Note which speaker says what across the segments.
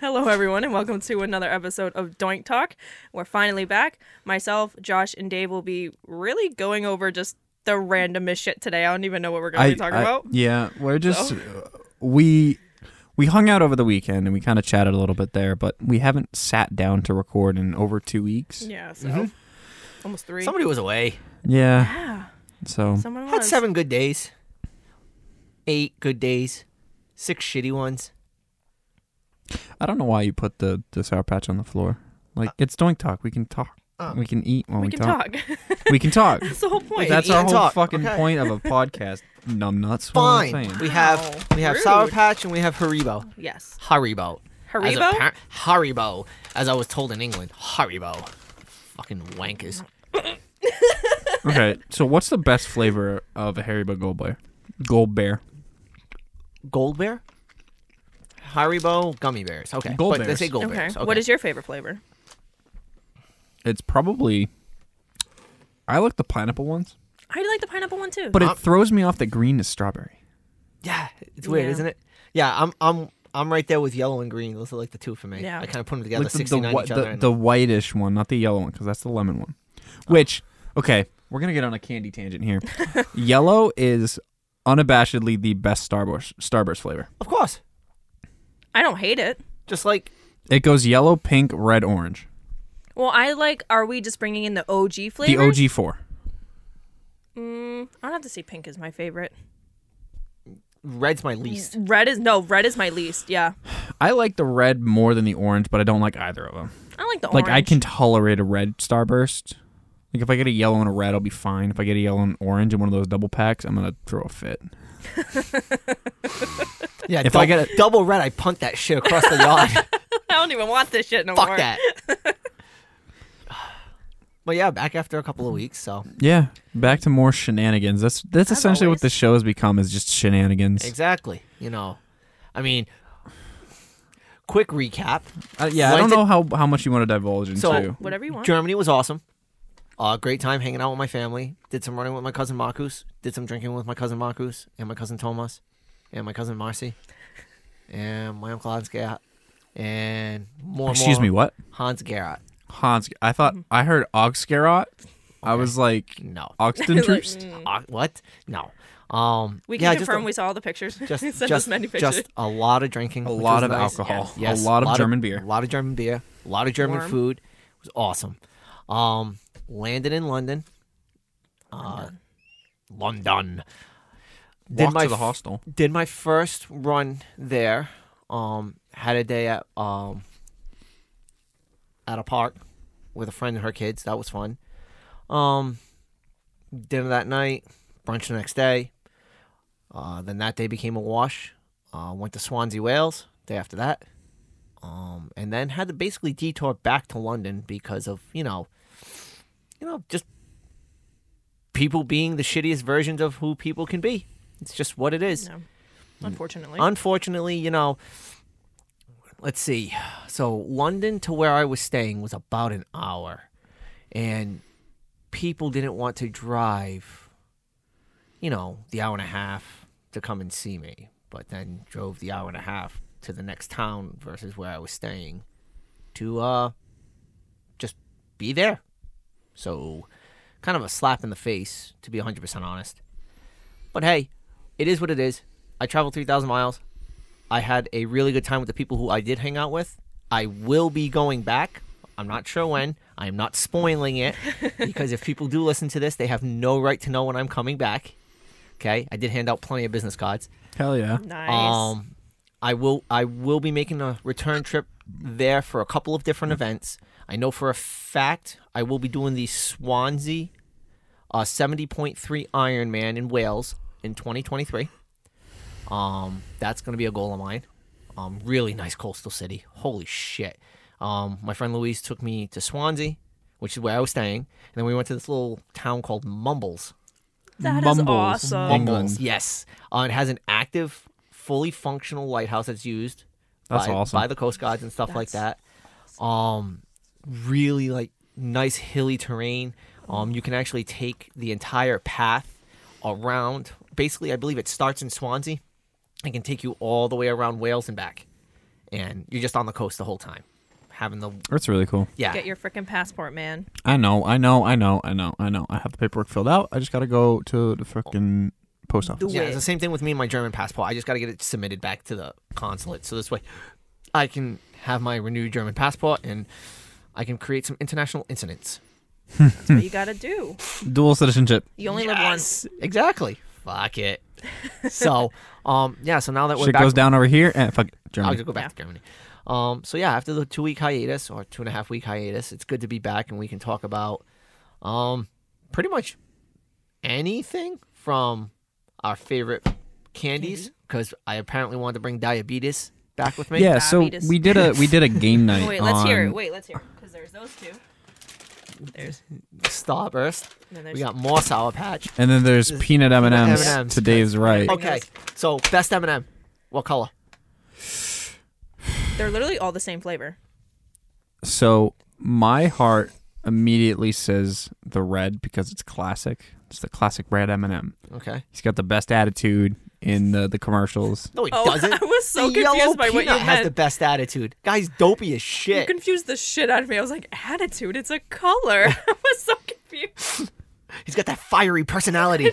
Speaker 1: Hello, everyone, and welcome to another episode of Doink Talk. We're finally back. Myself, Josh, and Dave will be really going over just the randomest shit today. I don't even know what we're going to be talking about.
Speaker 2: Yeah, we're just uh, we we hung out over the weekend and we kind of chatted a little bit there, but we haven't sat down to record in over two weeks.
Speaker 1: Yeah, so almost three.
Speaker 3: Somebody was away.
Speaker 2: Yeah,
Speaker 1: yeah,
Speaker 2: so
Speaker 1: someone
Speaker 3: Had
Speaker 1: was.
Speaker 3: seven good days, eight good days, six shitty ones.
Speaker 2: I don't know why you put the the sour patch on the floor. Like it's doink talk. We can talk.
Speaker 3: Uh.
Speaker 2: we can eat while we,
Speaker 1: We can talk.
Speaker 2: We can talk.
Speaker 1: That's the whole point.
Speaker 2: That's
Speaker 3: eat
Speaker 2: our
Speaker 3: and
Speaker 2: whole
Speaker 3: talk,
Speaker 2: fucking
Speaker 3: okay.
Speaker 2: point of a podcast. Numbnuts. What am I
Speaker 3: Fine.
Speaker 2: saying?
Speaker 3: We
Speaker 1: Wow.
Speaker 3: have we have Sour
Speaker 1: Rude.
Speaker 3: Patch and we have Haribo.
Speaker 1: yes.
Speaker 3: Haribo. As
Speaker 1: Haribo?
Speaker 3: appar- Haribo. As I was told in England, Haribo. Fucking wankers.
Speaker 2: okay, so what's the best flavor of a Haribo Gold Bear? Gold Bear.
Speaker 3: Gold bear. Haribo gummy bears. Okay.
Speaker 2: Gold
Speaker 3: but They
Speaker 2: bears.
Speaker 3: say gold
Speaker 1: Okay.
Speaker 3: bears. Okay.
Speaker 1: What is your favorite flavor?
Speaker 2: It's probably. I like the pineapple ones.
Speaker 1: I like the pineapple one too.
Speaker 2: But it throws me off that green is strawberry.
Speaker 3: Yeah, it's weird,
Speaker 1: Yeah.
Speaker 3: isn't it? Yeah, I'm I'm I'm right there with yellow and green. Those are like the two for me.
Speaker 1: Yeah.
Speaker 3: I kind of put them together,
Speaker 2: Like the, the,
Speaker 3: 69
Speaker 2: whi-
Speaker 3: each
Speaker 2: the-
Speaker 3: other. and-
Speaker 2: the whitish one, not the yellow one, because that's the lemon one. Which, okay, we're gonna get on a candy tangent here. yellow is unabashedly the best Starburst Starburst flavor.
Speaker 3: of course,
Speaker 1: I don't hate it.
Speaker 3: just like
Speaker 2: It goes yellow, pink, red, orange.
Speaker 1: Well, I like. Are we just bringing in the OG flavors?
Speaker 2: The OG four.
Speaker 1: Mm, I don't have to say pink is my favorite.
Speaker 3: red's my least.
Speaker 1: Red is no. Red is my least. Yeah,
Speaker 2: I like the red more than the orange, but I don't like either of them.
Speaker 1: I like the
Speaker 2: Like
Speaker 1: orange.
Speaker 2: I can tolerate a red Starburst. Like if I get a yellow and a red, I'll be fine. If I get a yellow and orange in one of those double packs, I'm gonna throw a fit.
Speaker 3: Yeah,
Speaker 2: If
Speaker 3: dou-
Speaker 2: I get a-
Speaker 3: double red, I punt that shit across the yard.
Speaker 1: I don't even want this shit no more.
Speaker 3: Fuck that. but yeah, back after a couple of weeks. So
Speaker 2: Yeah, back to more shenanigans. That's that's
Speaker 1: As
Speaker 2: essentially
Speaker 1: always.
Speaker 2: what the show has become is just shenanigans.
Speaker 3: exactly, you know, I mean, quick recap:
Speaker 2: Uh, yeah, I
Speaker 3: Why
Speaker 2: don't
Speaker 3: did-
Speaker 2: know how, how much you want to divulge into.
Speaker 3: So-
Speaker 1: Whatever you want.
Speaker 3: Germany was awesome. Uh, great time hanging out with my family. Did some running with my cousin Marcus. Did some drinking with my cousin Marcus and my cousin Thomas, and my cousin Marcy, and my uncle Hans Garrett, and more. and
Speaker 2: Excuse
Speaker 3: more
Speaker 2: me, what?
Speaker 3: Hans Garrett.
Speaker 2: Hans, I thought I heard Oxgarot. I was like
Speaker 3: No.
Speaker 2: Oxton
Speaker 1: Like,
Speaker 2: Troost.
Speaker 3: Uh, what? No. Um.
Speaker 1: Mm. We can
Speaker 3: yeah, just a-
Speaker 1: confirm we saw all the pictures.
Speaker 3: just
Speaker 1: He sent
Speaker 3: just,
Speaker 1: us many pictures.
Speaker 3: just a lot of drinking,
Speaker 2: A
Speaker 3: which
Speaker 2: lot
Speaker 3: was
Speaker 2: of
Speaker 3: nice.
Speaker 2: alcohol,
Speaker 3: Yes,
Speaker 2: a lot of German beer.
Speaker 3: a lot of German beer, a lot of German
Speaker 1: Warm.
Speaker 3: food. It was awesome. Um, landed in London. Uh, London.
Speaker 2: Walk
Speaker 3: my
Speaker 2: to the
Speaker 3: f-
Speaker 2: hostel.
Speaker 3: Did my first run there. Um, had a day at um at a park with a friend and her kids. That was fun. Um, dinner that night, brunch the next day. Uh, then that day became a wash. Uh, went to Swansea, Wales. Day after that, um, and then had to basically detour back to London because of you know, you know, just people being the shittiest versions of who people can be. It's just what it is.
Speaker 1: No. Unfortunately.
Speaker 3: Unfortunately, you know, let's see. So London to where I was staying was about an hour, and people didn't want to drive. You know, the hour and a half to come and see me, but then drove the hour and a half to the next town versus where I was staying, to uh, just be there. So, kind of a slap in the face, to be 100% honest. But hey, it is what it is. I traveled 3,000 miles. I had a really good time with the people who I did hang out with. I will be going back. I'm not sure when. I'm not spoiling it because if people do listen to this, they have no right to know when I'm coming back. Okay, I did hand out plenty of business cards.
Speaker 2: Hell yeah!
Speaker 1: nice.
Speaker 3: Um, I will I will be making a return trip there for a couple of different events. I know for a fact I will be doing the Swansea uh, 70.3 Ironman in Wales in 2023. Um, that's going to be a goal of mine. Um, really nice coastal city. Holy shit. Um, my friend Louise took me to Swansea, which is where I was staying, and then we went to this little town called Mumbles.
Speaker 1: That is
Speaker 2: Mumbles,
Speaker 1: awesome.
Speaker 2: Mumbles.
Speaker 3: Mumbles, yes. Uh, it has an active, fully functional lighthouse that's used
Speaker 2: That's
Speaker 3: by,
Speaker 2: awesome.
Speaker 3: by the Coast Guards and stuff like that. Um, really like nice hilly terrain. Um, you can actually take the entire path around. Basically, I believe it starts in Swansea and can take you all the way around Wales and back. and you're just on the coast the whole time, having the
Speaker 2: That's really cool.
Speaker 3: yeah.
Speaker 1: Get your freaking passport, man.
Speaker 2: I know, I know, I know, I know, I know. I have the paperwork filled out. I just gotta go to the freaking post office.
Speaker 3: yeah, it's the same thing with me and my German passport. I just got to get it submitted back to the consulate, so this way I can have my renewed German passport and I can create some international incidents.
Speaker 1: That's what you gotta do.
Speaker 2: Dual citizenship.
Speaker 1: You only live once.
Speaker 3: Exactly. Fuck it. so, um, yeah. So now that we're
Speaker 2: Shit
Speaker 3: back,
Speaker 2: goes down over here. Eh, fuck,
Speaker 3: I'll
Speaker 2: Germany.
Speaker 3: just go back to Germany. Um, so yeah, after the two week hiatus or two and a half week hiatus, it's good to be back and we can talk about um, pretty much anything from our favorite candies because I apparently wanted to bring diabetes back with me.
Speaker 2: Yeah, so
Speaker 1: Diabetes.
Speaker 2: we did a we did a game night.
Speaker 1: Wait, let's hear
Speaker 2: on-
Speaker 1: it. Wait, let's hear it. Because there's those two. There's.
Speaker 3: Starburst.
Speaker 1: And then there's.
Speaker 3: We got more Sour Patch.
Speaker 2: And then there's peanut M and M's
Speaker 3: M&Ms.
Speaker 2: to Dave's right.
Speaker 1: Bring
Speaker 3: Okay,
Speaker 1: those.
Speaker 3: so best M&M. What color?
Speaker 1: They're literally all the same flavor.
Speaker 2: So my heart immediately says the red because it's classic. It's the classic red M and M.
Speaker 3: Okay.
Speaker 2: He's got the best attitude in the, the commercials.
Speaker 3: No, he
Speaker 1: Oh,
Speaker 3: doesn't.
Speaker 1: I was so
Speaker 3: the yellow
Speaker 1: confused by what you
Speaker 3: peanut has the
Speaker 1: meant.
Speaker 3: best attitude. Guy's dopey as shit.
Speaker 1: You confused the shit out of me. I was like, attitude. It's a color. I was so confused.
Speaker 3: He's got that fiery personality.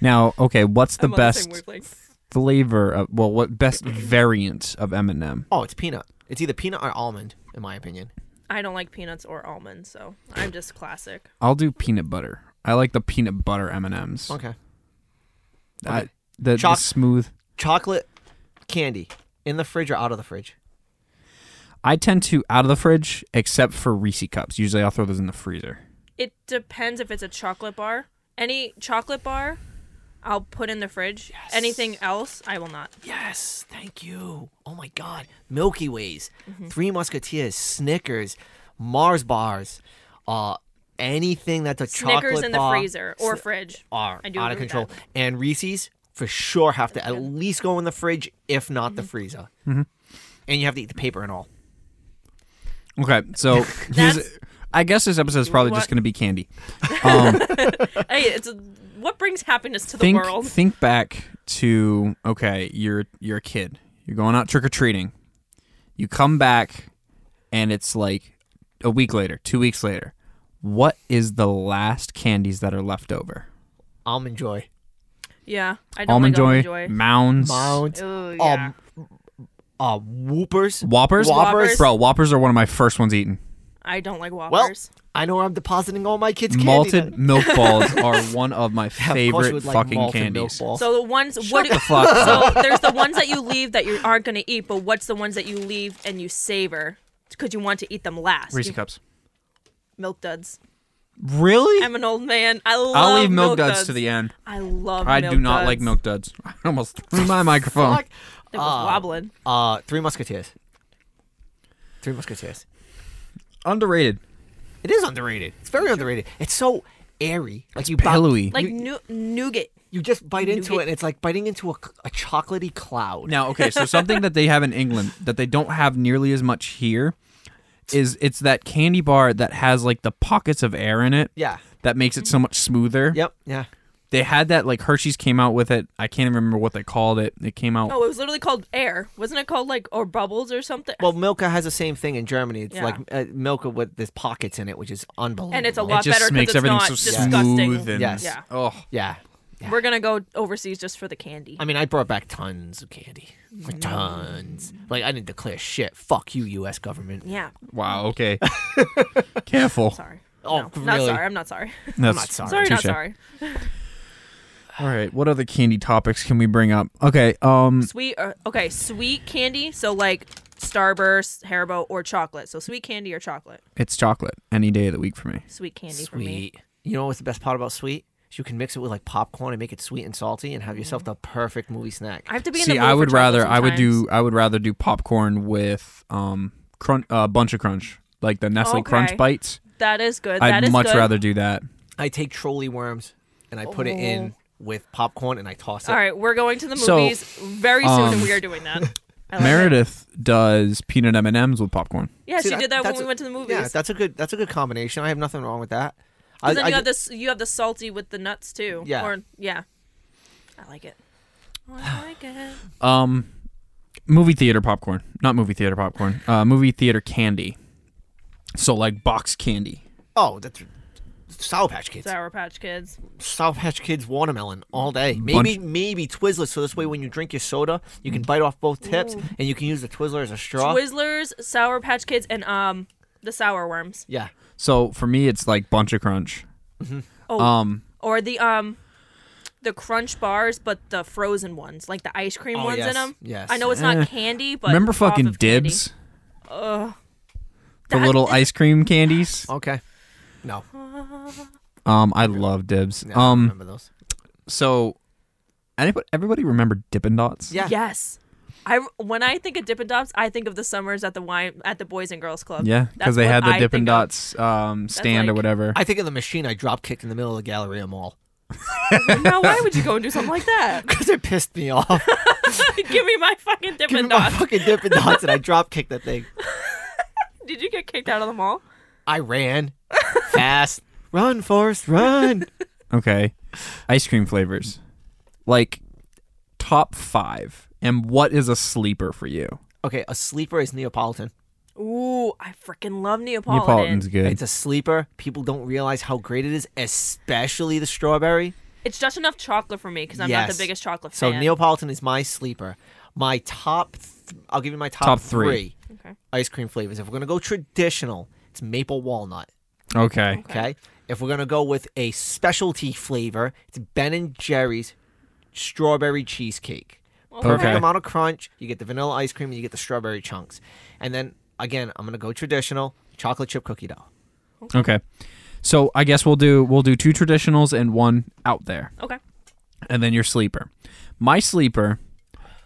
Speaker 2: Now, okay, what's the
Speaker 1: I'm on
Speaker 2: best
Speaker 1: same wavelength.
Speaker 2: flavor of well, what best variant of M and M?
Speaker 3: oh, it's peanut. It's either peanut or almond, in my opinion.
Speaker 1: I don't like peanuts or almonds, so I'm just classic.
Speaker 2: I'll do peanut butter. I like the peanut butter M and M's.
Speaker 3: Okay.
Speaker 2: The the
Speaker 3: Choc-
Speaker 2: smooth.
Speaker 3: Chocolate candy in the fridge or out of the fridge?
Speaker 2: I tend to out of the fridge, except for Reese cups. Usually, I'll throw those in the freezer.
Speaker 1: It depends if it's a chocolate bar. Any chocolate bar, I'll put in the fridge. Anything else, I will not.
Speaker 3: Yes, thank you. Oh my God, Milky Ways,
Speaker 1: Mm-hmm.
Speaker 3: Three Musketeers, Snickers, Mars bars, uh, anything that's a
Speaker 1: Snickers
Speaker 3: chocolate
Speaker 1: in the
Speaker 3: bar
Speaker 1: freezer or fridge.
Speaker 3: are
Speaker 1: I do
Speaker 3: out of
Speaker 1: agree with
Speaker 3: control. And Reese's for sure have to at least go in the fridge, if not
Speaker 1: Mm-hmm.
Speaker 3: the freezer. And you have to eat the paper and all.
Speaker 2: Okay, so here's.
Speaker 1: That's-
Speaker 2: I guess this episode is probably just
Speaker 1: What?
Speaker 2: going to be candy. Um,
Speaker 1: Hey, it's what brings happiness to the
Speaker 2: think
Speaker 1: world.
Speaker 2: think back to okay, you're you're a kid. You're going out trick or treating. You come back, and it's like a week later, two weeks later. What is the last candies that are left over?
Speaker 3: Almond Joy,
Speaker 1: Yeah, I don't
Speaker 2: Almond,
Speaker 1: like almond
Speaker 2: Joy,
Speaker 1: joy.
Speaker 2: Mounds,
Speaker 3: Mounds,
Speaker 1: Ooh, yeah.
Speaker 3: um, uh, Whoopers.
Speaker 2: Whoppers?
Speaker 1: Whoppers.
Speaker 2: bro. Whoppers are one of my first ones eaten.
Speaker 1: I don't like
Speaker 3: Well,
Speaker 1: Whoppers.
Speaker 3: I know where I'm depositing all my kids' candy. then.
Speaker 2: Malted milk balls are one of my
Speaker 3: Of course you
Speaker 2: favorite
Speaker 3: would like
Speaker 2: fucking
Speaker 3: malted milk
Speaker 2: candies.
Speaker 3: balls.
Speaker 1: so the ones what do,
Speaker 2: the fuck up.
Speaker 1: so there's the ones that you leave that you aren't gonna eat, but what's the ones that you leave and you savor because you want to eat them last?
Speaker 2: Reese
Speaker 1: You-
Speaker 2: cups.
Speaker 1: Milk duds.
Speaker 2: Really?
Speaker 1: I'm an old man. I love
Speaker 2: I'll leave milk, duds, to the end.
Speaker 1: I love.
Speaker 2: I
Speaker 1: milk
Speaker 2: do not like
Speaker 1: duds.
Speaker 2: milk Ah. duds. I almost threw my microphone.
Speaker 3: Fuck.
Speaker 1: It was wobbling.
Speaker 3: Uh, Three Musketeers. Three Musketeers.
Speaker 2: Underrated.
Speaker 3: It is underrated. It's very underrated. It's so airy. Like you bite-
Speaker 2: Pillowy.
Speaker 1: Like nu- nougat.
Speaker 3: you just bite into
Speaker 1: nougat.
Speaker 3: it, and it's like biting into a, c- a chocolatey cloud.
Speaker 2: now, okay, so something that they have in England that they don't have nearly as much here is it's that candy bar that has like the pockets of air in it.
Speaker 3: Yeah.
Speaker 2: That makes it so much smoother.
Speaker 3: Yep. Yeah.
Speaker 2: They had that like Hershey's came out with it. I can't even remember what they called it. It came out
Speaker 1: Oh, it was literally called air. Wasn't it called like or bubbles or something?
Speaker 3: Well, Milka has the same thing in Germany. It's
Speaker 1: Yeah.
Speaker 3: like uh, Milka with there's pockets in it, which is unbelievable.
Speaker 1: and it's a
Speaker 2: It
Speaker 1: lot
Speaker 2: just
Speaker 1: better
Speaker 2: makes
Speaker 1: because it's
Speaker 2: everything
Speaker 1: not
Speaker 2: so
Speaker 1: disgusting.
Speaker 2: smooth and
Speaker 3: Yes.
Speaker 1: Yeah.
Speaker 2: oh,
Speaker 3: Yeah.
Speaker 1: We're gonna go overseas just for the candy.
Speaker 3: I mean, I brought back tons of candy,
Speaker 1: Mm.
Speaker 3: like tons. Like I didn't declare shit. Fuck you, U.S. government.
Speaker 1: yeah.
Speaker 2: wow, okay. Careful.
Speaker 1: Sorry.
Speaker 3: Oh,
Speaker 1: no, not
Speaker 3: really?
Speaker 1: sorry. I'm not sorry.
Speaker 2: That's,
Speaker 3: not sorry.
Speaker 1: sorry, not
Speaker 2: touche.
Speaker 1: sorry.
Speaker 2: All right, what other candy topics can we bring up? Okay, um,
Speaker 1: Sweet. Or, okay, sweet candy. So like Starburst, Haribo, or chocolate. So sweet candy or chocolate. it's
Speaker 2: it's chocolate any day of the week for me.
Speaker 1: Sweet candy for me.
Speaker 3: Sweet. You know what's the best part about sweet? Is you can mix it with like popcorn and make it sweet and salty, and have yourself the perfect movie snack.
Speaker 1: Mm. I have to be in
Speaker 2: See,
Speaker 1: the mood
Speaker 2: I
Speaker 1: for
Speaker 2: would
Speaker 1: chocolate
Speaker 2: rather I would do
Speaker 1: sometimes.
Speaker 2: I would rather do popcorn with um crunch uh, bunch of crunch like the Nestle Crunch
Speaker 1: Okay.
Speaker 2: bites.
Speaker 1: That is good. that
Speaker 2: I'd
Speaker 1: is
Speaker 2: much
Speaker 1: good.
Speaker 2: rather do that.
Speaker 3: I take trolley worms and I put it in with popcorn and I toss it.
Speaker 1: Oh. All right, we're going to the
Speaker 2: So,
Speaker 1: movies very soon,
Speaker 2: um,
Speaker 1: and we are doing that. I love it.
Speaker 2: Meredith does peanut M and M's with popcorn.
Speaker 1: Yeah,
Speaker 3: See,
Speaker 1: she did that when
Speaker 3: that's
Speaker 1: we
Speaker 3: a-
Speaker 1: went to the movies.
Speaker 3: Yeah, that's a good that's a good combination. I have nothing wrong with that. I,
Speaker 1: then
Speaker 3: I
Speaker 1: you have
Speaker 3: ju-
Speaker 1: this. You have the salty with the nuts too.
Speaker 3: Yeah.
Speaker 1: Or, yeah. I like it. I like it.
Speaker 2: Um, movie theater popcorn, not movie theater popcorn, uh, movie theater candy. So like box candy.
Speaker 3: Oh, that's Sour Patch Kids.
Speaker 1: Sour Patch Kids.
Speaker 3: Sour Patch Kids watermelon all day. Maybe maybe Twizzlers. So this way, when you drink your soda, you can bite off both tips, and you can use the Twizzler as a straw.
Speaker 1: Twizzlers, Sour Patch Kids, and um the sour worms.
Speaker 3: yeah.
Speaker 2: So for me, it's like bunch of crunch.
Speaker 1: Oh,
Speaker 2: Um,
Speaker 1: or the um the crunch bars, but the frozen ones, like the ice cream
Speaker 3: Oh,
Speaker 1: ones
Speaker 3: yes,
Speaker 1: in them.
Speaker 3: yes.
Speaker 1: I know it's
Speaker 2: Eh.
Speaker 1: not candy, but
Speaker 2: remember
Speaker 1: it's off
Speaker 2: fucking
Speaker 1: of candy.
Speaker 2: dibs?
Speaker 1: Ugh.
Speaker 2: The
Speaker 1: That-
Speaker 2: little ice cream candies.
Speaker 3: Okay. No.
Speaker 2: Um, I love dibs.
Speaker 3: no I don't
Speaker 2: Um,
Speaker 3: remember those.
Speaker 2: so anybody, everybody remember Dippin' Dots?
Speaker 3: Yeah.
Speaker 1: Yes. I when I think of Dippin' Dots, I think of the summers at the wine at the Boys and Girls Club.
Speaker 2: Yeah, because
Speaker 1: That's
Speaker 2: they
Speaker 1: what
Speaker 2: had the
Speaker 1: I
Speaker 2: Dippin'
Speaker 1: think of.
Speaker 2: Dots um, stand or
Speaker 1: like-
Speaker 2: whatever.
Speaker 3: I think of the machine I drop kicked in the middle of the Galleria Mall
Speaker 1: now why would you go and do something like that?
Speaker 3: because it pissed me off.
Speaker 1: Give me my fucking
Speaker 3: Give me
Speaker 1: Dippin'
Speaker 3: my
Speaker 1: Dots.
Speaker 3: fucking Dippin' Dots, and I drop kicked that thing.
Speaker 1: Did you get kicked out of the mall?
Speaker 3: I ran fast. Run, Forrest, run.
Speaker 2: Okay. Ice cream flavors. Like top five. And what is a sleeper for you?
Speaker 3: Okay, a sleeper is Neapolitan.
Speaker 1: Ooh, I freaking love Neapolitan.
Speaker 2: Neapolitan's good.
Speaker 3: It's a sleeper. People don't realize how great it is, especially the strawberry.
Speaker 1: It's just enough chocolate for me because I'm not
Speaker 3: Yes.
Speaker 1: the biggest chocolate
Speaker 3: So
Speaker 1: fan.
Speaker 3: Neapolitan is my sleeper. My top, th- I'll give you my top,
Speaker 2: Top three.
Speaker 1: Okay.
Speaker 3: ice cream flavors. If we're gonna go traditional, it's maple walnut.
Speaker 2: okay.
Speaker 3: Okay. If we're gonna go with a specialty flavor, it's Ben and Jerry's strawberry cheesecake. Perfect
Speaker 2: Okay.
Speaker 3: amount of crunch. You get the vanilla ice cream and you get the strawberry chunks. And then again, I'm gonna go traditional chocolate chip cookie dough.
Speaker 2: Okay. So I guess we'll do we'll do two traditionals and one out there.
Speaker 1: Okay.
Speaker 2: And then your sleeper. My sleeper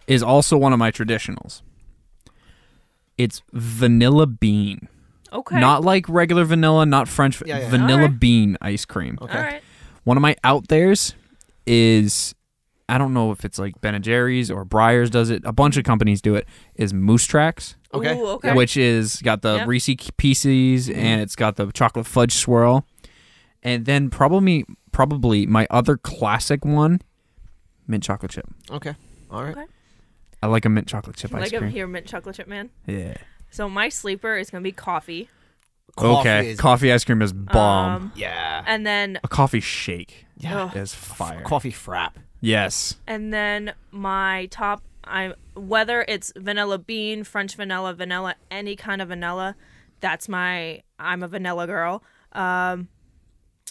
Speaker 2: is also one of my traditionals. It's vanilla bean.
Speaker 1: Okay.
Speaker 2: Not like regular vanilla, not French
Speaker 3: Yeah, yeah, yeah.
Speaker 2: vanilla
Speaker 1: Alright.
Speaker 2: bean ice cream.
Speaker 1: All right.
Speaker 2: One of my out there's is I don't know if it's like Ben and Jerry's or Breyers does it. A bunch of companies do it. Is Moose Tracks,
Speaker 3: Okay.
Speaker 1: Ooh, okay. Mm-hmm.
Speaker 2: which is got the
Speaker 1: Yep.
Speaker 2: Reese pieces and it's got the chocolate fudge swirl, and then probably probably my other classic one, mint chocolate chip.
Speaker 3: Okay. All right.
Speaker 1: Okay.
Speaker 2: I like a mint chocolate chip ice
Speaker 1: like a
Speaker 2: cream.
Speaker 1: here mint chocolate chip man.
Speaker 2: Yeah.
Speaker 1: So my sleeper is gonna be coffee.
Speaker 3: Coffee
Speaker 2: okay.
Speaker 3: is-
Speaker 2: coffee ice cream is bomb.
Speaker 1: Um,
Speaker 3: yeah.
Speaker 1: and then
Speaker 2: a coffee shake
Speaker 3: Yeah.
Speaker 1: Ugh.
Speaker 2: is fire.
Speaker 3: Coffee frap.
Speaker 2: yes.
Speaker 1: and then my top I whether it's vanilla bean, French vanilla, vanilla, any kind of vanilla, that's my I'm a vanilla girl. Um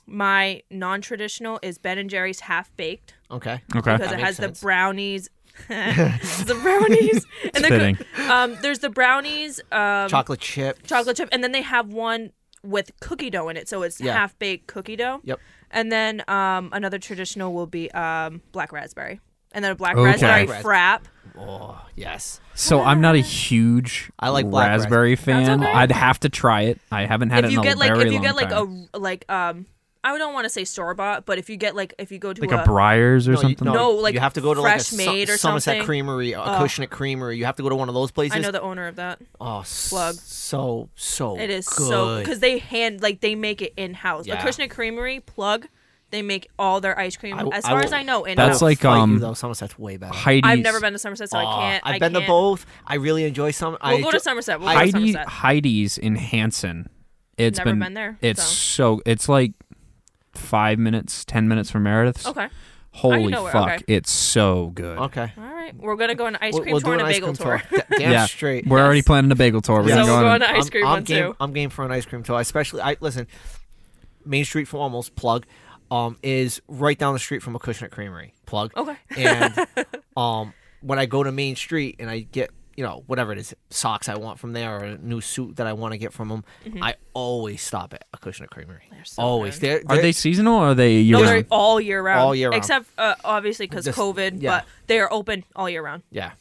Speaker 1: my non-traditional is Ben and Jerry's half baked
Speaker 3: Okay.
Speaker 2: Okay.
Speaker 1: because
Speaker 3: That
Speaker 1: it
Speaker 3: makes
Speaker 1: has
Speaker 3: sense.
Speaker 1: the brownies, the brownies, and
Speaker 2: Fitting.
Speaker 1: then um, there's the brownies, um,
Speaker 3: Chocolate chip.
Speaker 1: chocolate chip, and then they have one with cookie dough in it, so it's
Speaker 3: Yeah.
Speaker 1: half baked cookie dough.
Speaker 3: Yep.
Speaker 1: And then um, another traditional will be um, black raspberry, and then a black
Speaker 2: Okay.
Speaker 1: raspberry
Speaker 3: Black
Speaker 1: frap.
Speaker 3: Oh yes.
Speaker 2: So I'm not a huge
Speaker 3: I like black
Speaker 2: raspberry fan.
Speaker 1: That's okay.
Speaker 2: I'd have to try it. I haven't had
Speaker 1: if
Speaker 2: it
Speaker 1: you
Speaker 2: in
Speaker 1: get
Speaker 2: a
Speaker 1: like
Speaker 2: very
Speaker 1: if you
Speaker 2: long
Speaker 1: get like
Speaker 2: time.
Speaker 1: a like um, I don't want to say store bought, but if you get like if you go to
Speaker 2: like a Briars or
Speaker 3: No, you,
Speaker 2: something.
Speaker 3: no,
Speaker 1: No, like
Speaker 3: you have to go to like a
Speaker 1: fresh made or
Speaker 3: Somerset
Speaker 1: something. Oh.
Speaker 3: Creamery, a Cushionet Creamery. You have to go to one of those places.
Speaker 1: I know the owner of that.
Speaker 3: Oh, s-
Speaker 1: Plug.
Speaker 3: So so
Speaker 1: It is
Speaker 3: good.
Speaker 1: so because they hand like they make it in house.
Speaker 3: Yeah.
Speaker 1: Like Krishna Creamery plug, they make all their ice cream.
Speaker 3: I w-
Speaker 1: as
Speaker 3: I
Speaker 1: far
Speaker 3: will-
Speaker 1: as I know, in
Speaker 2: That's
Speaker 1: house.
Speaker 3: I'll
Speaker 2: like,
Speaker 3: fight you,
Speaker 2: um,
Speaker 3: though Somerset's way better.
Speaker 2: Heidi's.
Speaker 1: I've never been to Somerset, so I
Speaker 3: Aw,
Speaker 1: can't.
Speaker 3: I've
Speaker 1: I
Speaker 3: been
Speaker 1: can't.
Speaker 3: to both. I really enjoy some.
Speaker 1: We'll
Speaker 3: I
Speaker 1: go
Speaker 3: enjo-
Speaker 1: to Somerset. We'll go to
Speaker 2: Heidi,
Speaker 1: Somerset.
Speaker 2: Heidi's in Hanson. It's
Speaker 1: Never
Speaker 2: been,
Speaker 1: been there,
Speaker 2: It's so.
Speaker 1: so.
Speaker 2: It's like five minutes, ten minutes from Meredith's.
Speaker 1: Okay.
Speaker 2: Holy
Speaker 1: know where-
Speaker 2: fuck!
Speaker 1: okay.
Speaker 2: It's so good.
Speaker 3: Okay.
Speaker 1: All right. We're gonna go on an ice
Speaker 3: We'll,
Speaker 1: cream
Speaker 3: we'll do
Speaker 1: tour
Speaker 3: an
Speaker 1: and a
Speaker 3: ice
Speaker 1: bagel
Speaker 3: cream
Speaker 1: tour.
Speaker 3: tour. Da- Damn
Speaker 2: Yeah.
Speaker 3: straight.
Speaker 2: We're already planning a bagel tour. We're
Speaker 1: So
Speaker 2: gonna go
Speaker 1: we're
Speaker 2: on.
Speaker 1: going
Speaker 2: a-
Speaker 1: to ice
Speaker 3: I'm-
Speaker 1: cream
Speaker 3: I'm,
Speaker 1: one
Speaker 3: game,
Speaker 1: too.
Speaker 3: I'm game for an ice cream tour, especially. I listen. Main Street Formals plug um, is right down the street from a Cushionet Creamery plug.
Speaker 1: Okay.
Speaker 3: And um, when I go to Main Street and I get you know whatever it is socks I want from there or a new suit that I want to get from them, I always stop at a Cushionet Creamery.
Speaker 1: Mm-hmm. so
Speaker 3: always.
Speaker 1: good.
Speaker 3: They're,
Speaker 2: Are
Speaker 3: they're-
Speaker 2: they seasonal? or Are they year
Speaker 1: No, they're
Speaker 2: round?
Speaker 1: all year round.
Speaker 3: All year round.
Speaker 1: Except uh, obviously because
Speaker 3: Just-
Speaker 1: COVID,
Speaker 3: yeah.
Speaker 1: but they are open all year round.
Speaker 3: Yeah.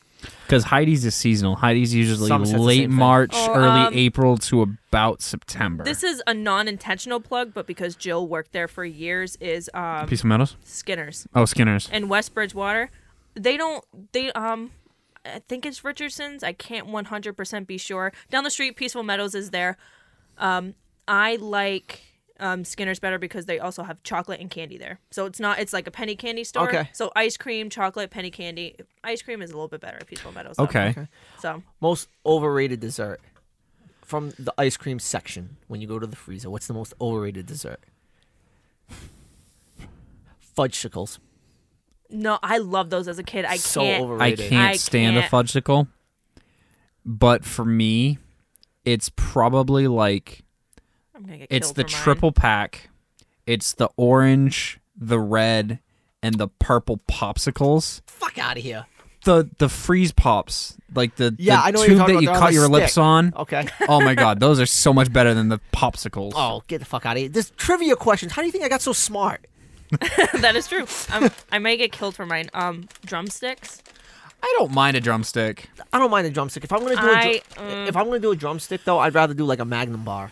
Speaker 2: Because Heidi's is seasonal. Heidi's usually
Speaker 3: Somerset's the
Speaker 2: late
Speaker 3: same thing.
Speaker 2: March,
Speaker 1: Oh,
Speaker 2: early
Speaker 1: um,
Speaker 2: April to about September.
Speaker 1: This is a non-intentional plug, but because Jill worked there for years, is um,
Speaker 2: Piece of metals.
Speaker 1: Skinner's.
Speaker 2: Oh, Skinner's.
Speaker 1: and West Bridgewater, they don't they um I think it's Richardson's. I can't 100% be sure. Down the street Peaceful Meadows is there. Um I like um, Skinner's better because they also have chocolate and candy there. So it's not it's like a penny candy store.
Speaker 3: Okay.
Speaker 1: So ice cream, chocolate, penny candy. Ice cream is a little bit better at Peaceful Meadows. though.
Speaker 2: Okay.
Speaker 1: So
Speaker 3: Most overrated dessert from the ice cream section when you go to the freezer. What's the most overrated dessert? Fudgesicles.
Speaker 1: no, I love those as a kid. I can't.
Speaker 3: so
Speaker 2: I
Speaker 3: overrated.
Speaker 2: can't
Speaker 1: I
Speaker 2: stand
Speaker 1: can't.
Speaker 2: the fudgesicle. But for me, it's probably like
Speaker 1: I'm gonna get
Speaker 2: it's
Speaker 1: killed
Speaker 2: the
Speaker 1: for mine.
Speaker 2: triple pack. It's the orange, the red, and the purple popsicles.
Speaker 3: Fuck out of here.
Speaker 2: The the freeze pops, like the,
Speaker 3: Yeah,
Speaker 2: the
Speaker 3: I know what
Speaker 2: tube
Speaker 3: you're talking
Speaker 2: that
Speaker 3: about.
Speaker 2: you
Speaker 3: They're on
Speaker 2: cut
Speaker 3: a
Speaker 2: your lips
Speaker 3: stick.
Speaker 2: on.
Speaker 3: Okay.
Speaker 2: Oh my god, those are so much better than the popsicles.
Speaker 3: Oh, get the fuck out of here. This trivia questions. How do you think I got so smart?
Speaker 1: that is true. i I may get killed for mine. Um, drumsticks.
Speaker 2: I don't mind a drumstick.
Speaker 3: I don't mind a drumstick. If I'm gonna do a
Speaker 1: I,
Speaker 3: dr-
Speaker 1: um,
Speaker 3: if I'm gonna do a drumstick though, I'd rather do like a Magnum bar.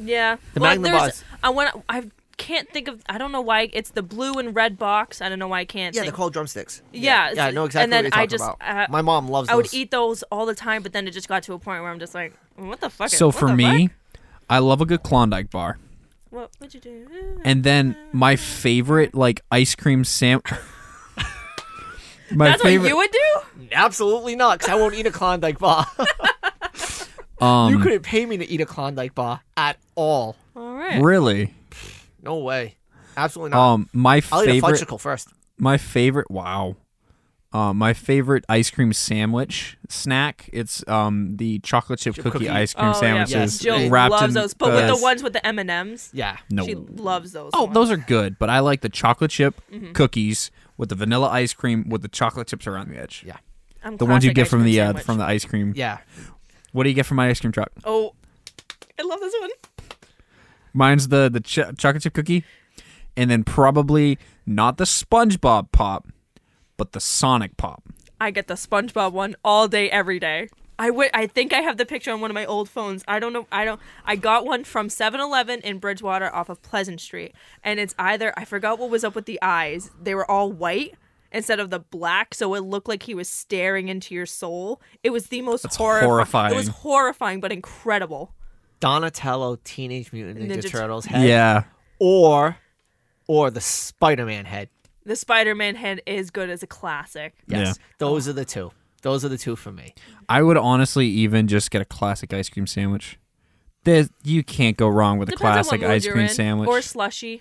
Speaker 1: Yeah.
Speaker 3: The
Speaker 1: well,
Speaker 3: Magnum
Speaker 1: there's-
Speaker 3: bars.
Speaker 1: I want. I can't think of. I don't know why it's the blue and red box. I don't know why I can't.
Speaker 3: Yeah,
Speaker 1: think.
Speaker 3: they're called drumsticks.
Speaker 1: Yeah,
Speaker 3: yeah, I know
Speaker 1: so-
Speaker 3: exactly
Speaker 1: and then
Speaker 3: what you're talking
Speaker 1: I just,
Speaker 3: about.
Speaker 1: uh,
Speaker 3: My mom loves.
Speaker 1: I would
Speaker 3: those.
Speaker 1: eat those all the time, but then it just got to a point where I'm just like, what the fuck?
Speaker 2: So
Speaker 1: what
Speaker 2: for
Speaker 1: the
Speaker 2: me,
Speaker 1: fuck?
Speaker 2: I love a good Klondike bar.
Speaker 1: what would you do?
Speaker 2: And then my favorite like ice cream sandwich. my
Speaker 1: That's
Speaker 2: favorite
Speaker 1: what you would do.
Speaker 3: Absolutely not, 'cause I won't eat a Klondike bar.
Speaker 2: um,
Speaker 3: you couldn't pay me to eat a Klondike bar at all.
Speaker 1: All right.
Speaker 2: really.
Speaker 3: No way. Absolutely not.
Speaker 2: Um my
Speaker 3: I'll eat a
Speaker 2: favorite
Speaker 3: fudgicle first.
Speaker 2: my favorite wow. Uh, my favorite ice cream sandwich snack. It's um the chocolate chip cookie,
Speaker 3: cookie.
Speaker 2: ice cream
Speaker 1: oh yeah,
Speaker 2: sandwiches
Speaker 3: Yes.
Speaker 1: Jill
Speaker 2: wrapped
Speaker 1: loves
Speaker 2: in
Speaker 1: those, but with
Speaker 2: uh,
Speaker 1: the ones with the M and M's.
Speaker 3: Yeah.
Speaker 2: No.
Speaker 1: She loves those.
Speaker 2: Oh,
Speaker 1: ones.
Speaker 2: those are good, but I like the chocolate chip
Speaker 1: Mm-hmm.
Speaker 2: cookies with the vanilla ice cream with the chocolate chips around the edge.
Speaker 3: Yeah.
Speaker 1: I'm
Speaker 2: The ones you
Speaker 1: classic
Speaker 2: get
Speaker 1: ice
Speaker 2: from
Speaker 1: cream
Speaker 2: the uh,
Speaker 1: sandwich.
Speaker 2: from the ice cream.
Speaker 3: Yeah.
Speaker 2: What do you get from my ice cream truck?
Speaker 1: Oh, I love this one.
Speaker 2: Mine's the the ch- chocolate chip cookie, and then probably not the SpongeBob pop, but the Sonic pop.
Speaker 1: I get the SpongeBob one all day, every day. I wi- I think I have the picture on one of my old phones. I don't know. I don't. I got one from 7-Eleven in Bridgewater off of Pleasant Street, and it's either I forgot what was up with the eyes. They were all white instead of the black, so it looked like he was staring into your soul. It was the most horrifying. It was
Speaker 2: horrifying.
Speaker 1: horrifying, but incredible.
Speaker 3: Donatello, Teenage Mutant Ninja,
Speaker 1: Ninja Tur-
Speaker 3: Turtles head.
Speaker 2: Yeah,
Speaker 3: Or, or the Spider-Man head.
Speaker 1: The Spider-Man head is good as a classic.
Speaker 3: Yes.
Speaker 2: Yeah.
Speaker 3: Those are the two. Those are the two for me.
Speaker 2: I would honestly even just get a classic ice cream sandwich. There's, you can't go wrong with a
Speaker 1: Depends on what
Speaker 2: classic
Speaker 1: mood
Speaker 2: ice
Speaker 1: you're
Speaker 2: cream
Speaker 1: in,
Speaker 2: sandwich.
Speaker 1: or slushy.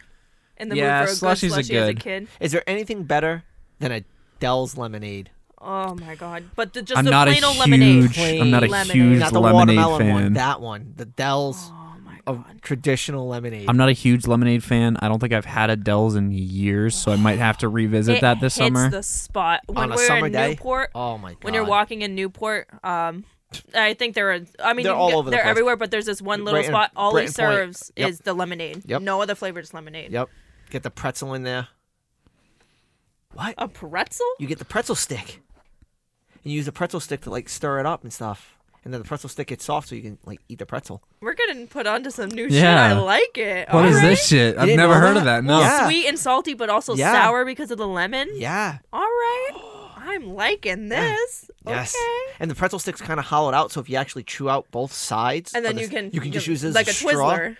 Speaker 1: In the
Speaker 2: Yeah,
Speaker 1: mood for a
Speaker 2: slushies
Speaker 1: good
Speaker 2: are
Speaker 1: slushy as a
Speaker 2: good.
Speaker 1: kid.
Speaker 3: Is there anything better than a Dell's lemonade?
Speaker 1: Oh my god! But the, just
Speaker 2: I'm
Speaker 1: the
Speaker 2: not a
Speaker 1: plain old lemonade.
Speaker 2: huge. I'm not a
Speaker 1: Plain
Speaker 2: huge
Speaker 1: lemonade.
Speaker 3: Not the
Speaker 2: lemonade
Speaker 3: watermelon one.
Speaker 2: fan.
Speaker 3: That one. The Dell's
Speaker 1: Oh my
Speaker 3: of
Speaker 1: god!
Speaker 3: traditional lemonade.
Speaker 2: I'm not a huge lemonade fan. I don't think I've had Adele's in years, so I might have to revisit that this
Speaker 1: hits
Speaker 2: summer.
Speaker 1: the spot when
Speaker 3: On a
Speaker 1: we're
Speaker 3: summer
Speaker 1: in
Speaker 3: day?
Speaker 1: Newport.
Speaker 3: oh my god.
Speaker 1: when you're walking in Newport, um, I think there are. I mean, you can
Speaker 3: They're all
Speaker 1: get-
Speaker 3: over the
Speaker 1: they're
Speaker 3: place.
Speaker 1: everywhere, but there's this one little
Speaker 3: Right in-
Speaker 1: spot. All
Speaker 3: right
Speaker 1: he
Speaker 3: in Point.
Speaker 1: serves
Speaker 3: Yep.
Speaker 1: is the lemonade.
Speaker 3: Yep.
Speaker 1: No other flavor, just lemonade.
Speaker 3: Yep. Get the pretzel in there. What?
Speaker 1: A pretzel?
Speaker 3: You get the pretzel stick. And you use the pretzel stick to like stir it up and stuff. And then the pretzel stick gets soft so you can like eat the pretzel.
Speaker 1: We're getting put onto some new
Speaker 2: Yeah.
Speaker 1: shit. I like it.
Speaker 2: What
Speaker 1: All
Speaker 2: is
Speaker 1: right.
Speaker 2: this shit? I've
Speaker 3: didn't
Speaker 2: never
Speaker 3: know
Speaker 2: heard
Speaker 3: that?
Speaker 2: of that. No.
Speaker 3: Well, Yeah.
Speaker 1: Sweet and salty, but also
Speaker 3: Yeah.
Speaker 1: sour because of the lemon.
Speaker 3: Yeah.
Speaker 1: All right. I'm liking this.
Speaker 3: Yes.
Speaker 1: Okay.
Speaker 3: And the pretzel stick's kind of hollowed out, so if you actually chew out both sides,
Speaker 1: And
Speaker 3: of
Speaker 1: then
Speaker 3: the-
Speaker 1: you can
Speaker 3: you can just use it as
Speaker 1: like
Speaker 3: a,
Speaker 1: a
Speaker 3: straw.
Speaker 1: Twizzler.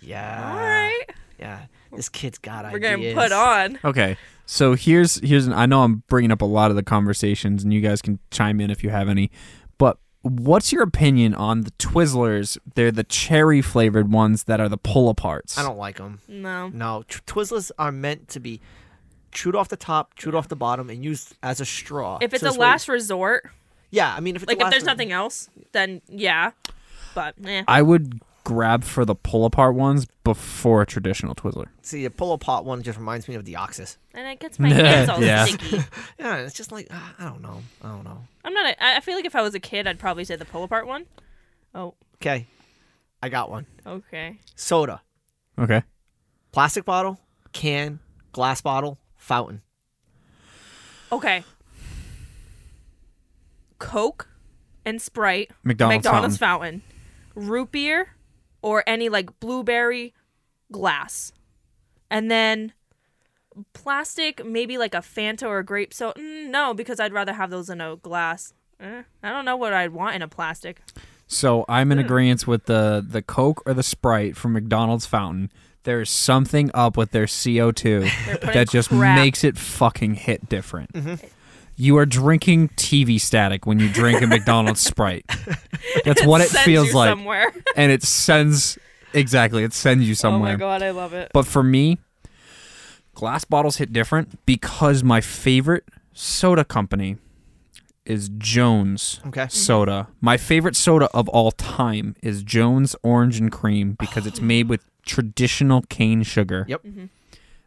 Speaker 3: Yeah.
Speaker 1: All right.
Speaker 3: Yeah. This kid's got
Speaker 1: We're getting
Speaker 3: ideas.
Speaker 1: put on.
Speaker 2: Okay, so here's here's an, I know I'm bringing up a lot of the conversations, and you guys can chime in if you have any. But what's your opinion on the Twizzlers? They're the cherry flavored ones that are the pull aparts.
Speaker 3: I don't like them.
Speaker 1: No.
Speaker 3: No, tw- Twizzlers are meant to be chewed off the top, chewed off the bottom, and used as a straw.
Speaker 1: If it's
Speaker 3: So
Speaker 1: a
Speaker 3: this way-
Speaker 1: last resort,
Speaker 3: yeah, I mean, if it's a
Speaker 1: like if
Speaker 3: last
Speaker 1: there's
Speaker 3: re-
Speaker 1: nothing else, then yeah. But eh.
Speaker 2: I would grab for the pull apart ones before a traditional Twizzler.
Speaker 3: see a pull apart one just reminds me of the Oxus.
Speaker 1: and it gets my hands all
Speaker 2: Yeah.
Speaker 1: sticky.
Speaker 3: Yeah, it's just like ah, I don't know, I don't know.
Speaker 1: I'm not. A, I I feel like if I was a kid, I'd probably say the pull apart one. Oh,
Speaker 3: Okay, I got one.
Speaker 1: okay.
Speaker 3: Soda,
Speaker 2: Okay,
Speaker 3: plastic bottle, can, glass bottle, fountain.
Speaker 1: Okay. Coke and Sprite,
Speaker 2: McDonald's
Speaker 1: McDonald's fountain. root beer, or any like blueberry glass, and then plastic, maybe like a Fanta or a grape. So mm, no, because I'd rather have those in a glass. Eh, I don't know what I'd want in a plastic.
Speaker 2: So I'm in agreement with the the Coke or the Sprite from McDonald's fountain. There's something up with their CO2
Speaker 1: putting
Speaker 2: that just
Speaker 1: crap-
Speaker 2: makes it fucking hit different. You are drinking TV static when you drink a McDonald's Sprite. That's what it
Speaker 1: Sends
Speaker 2: feels
Speaker 1: you
Speaker 2: like,
Speaker 1: Somewhere.
Speaker 2: and it sends exactly. It sends you
Speaker 1: Oh
Speaker 2: somewhere.
Speaker 1: my god, I love it.
Speaker 2: But for me, glass bottles hit different because my favorite soda company is Jones
Speaker 3: Okay.
Speaker 2: Soda. My favorite soda of all time is Jones Orange and Cream because it's made with traditional cane sugar.
Speaker 3: Yep.
Speaker 1: Mm-hmm.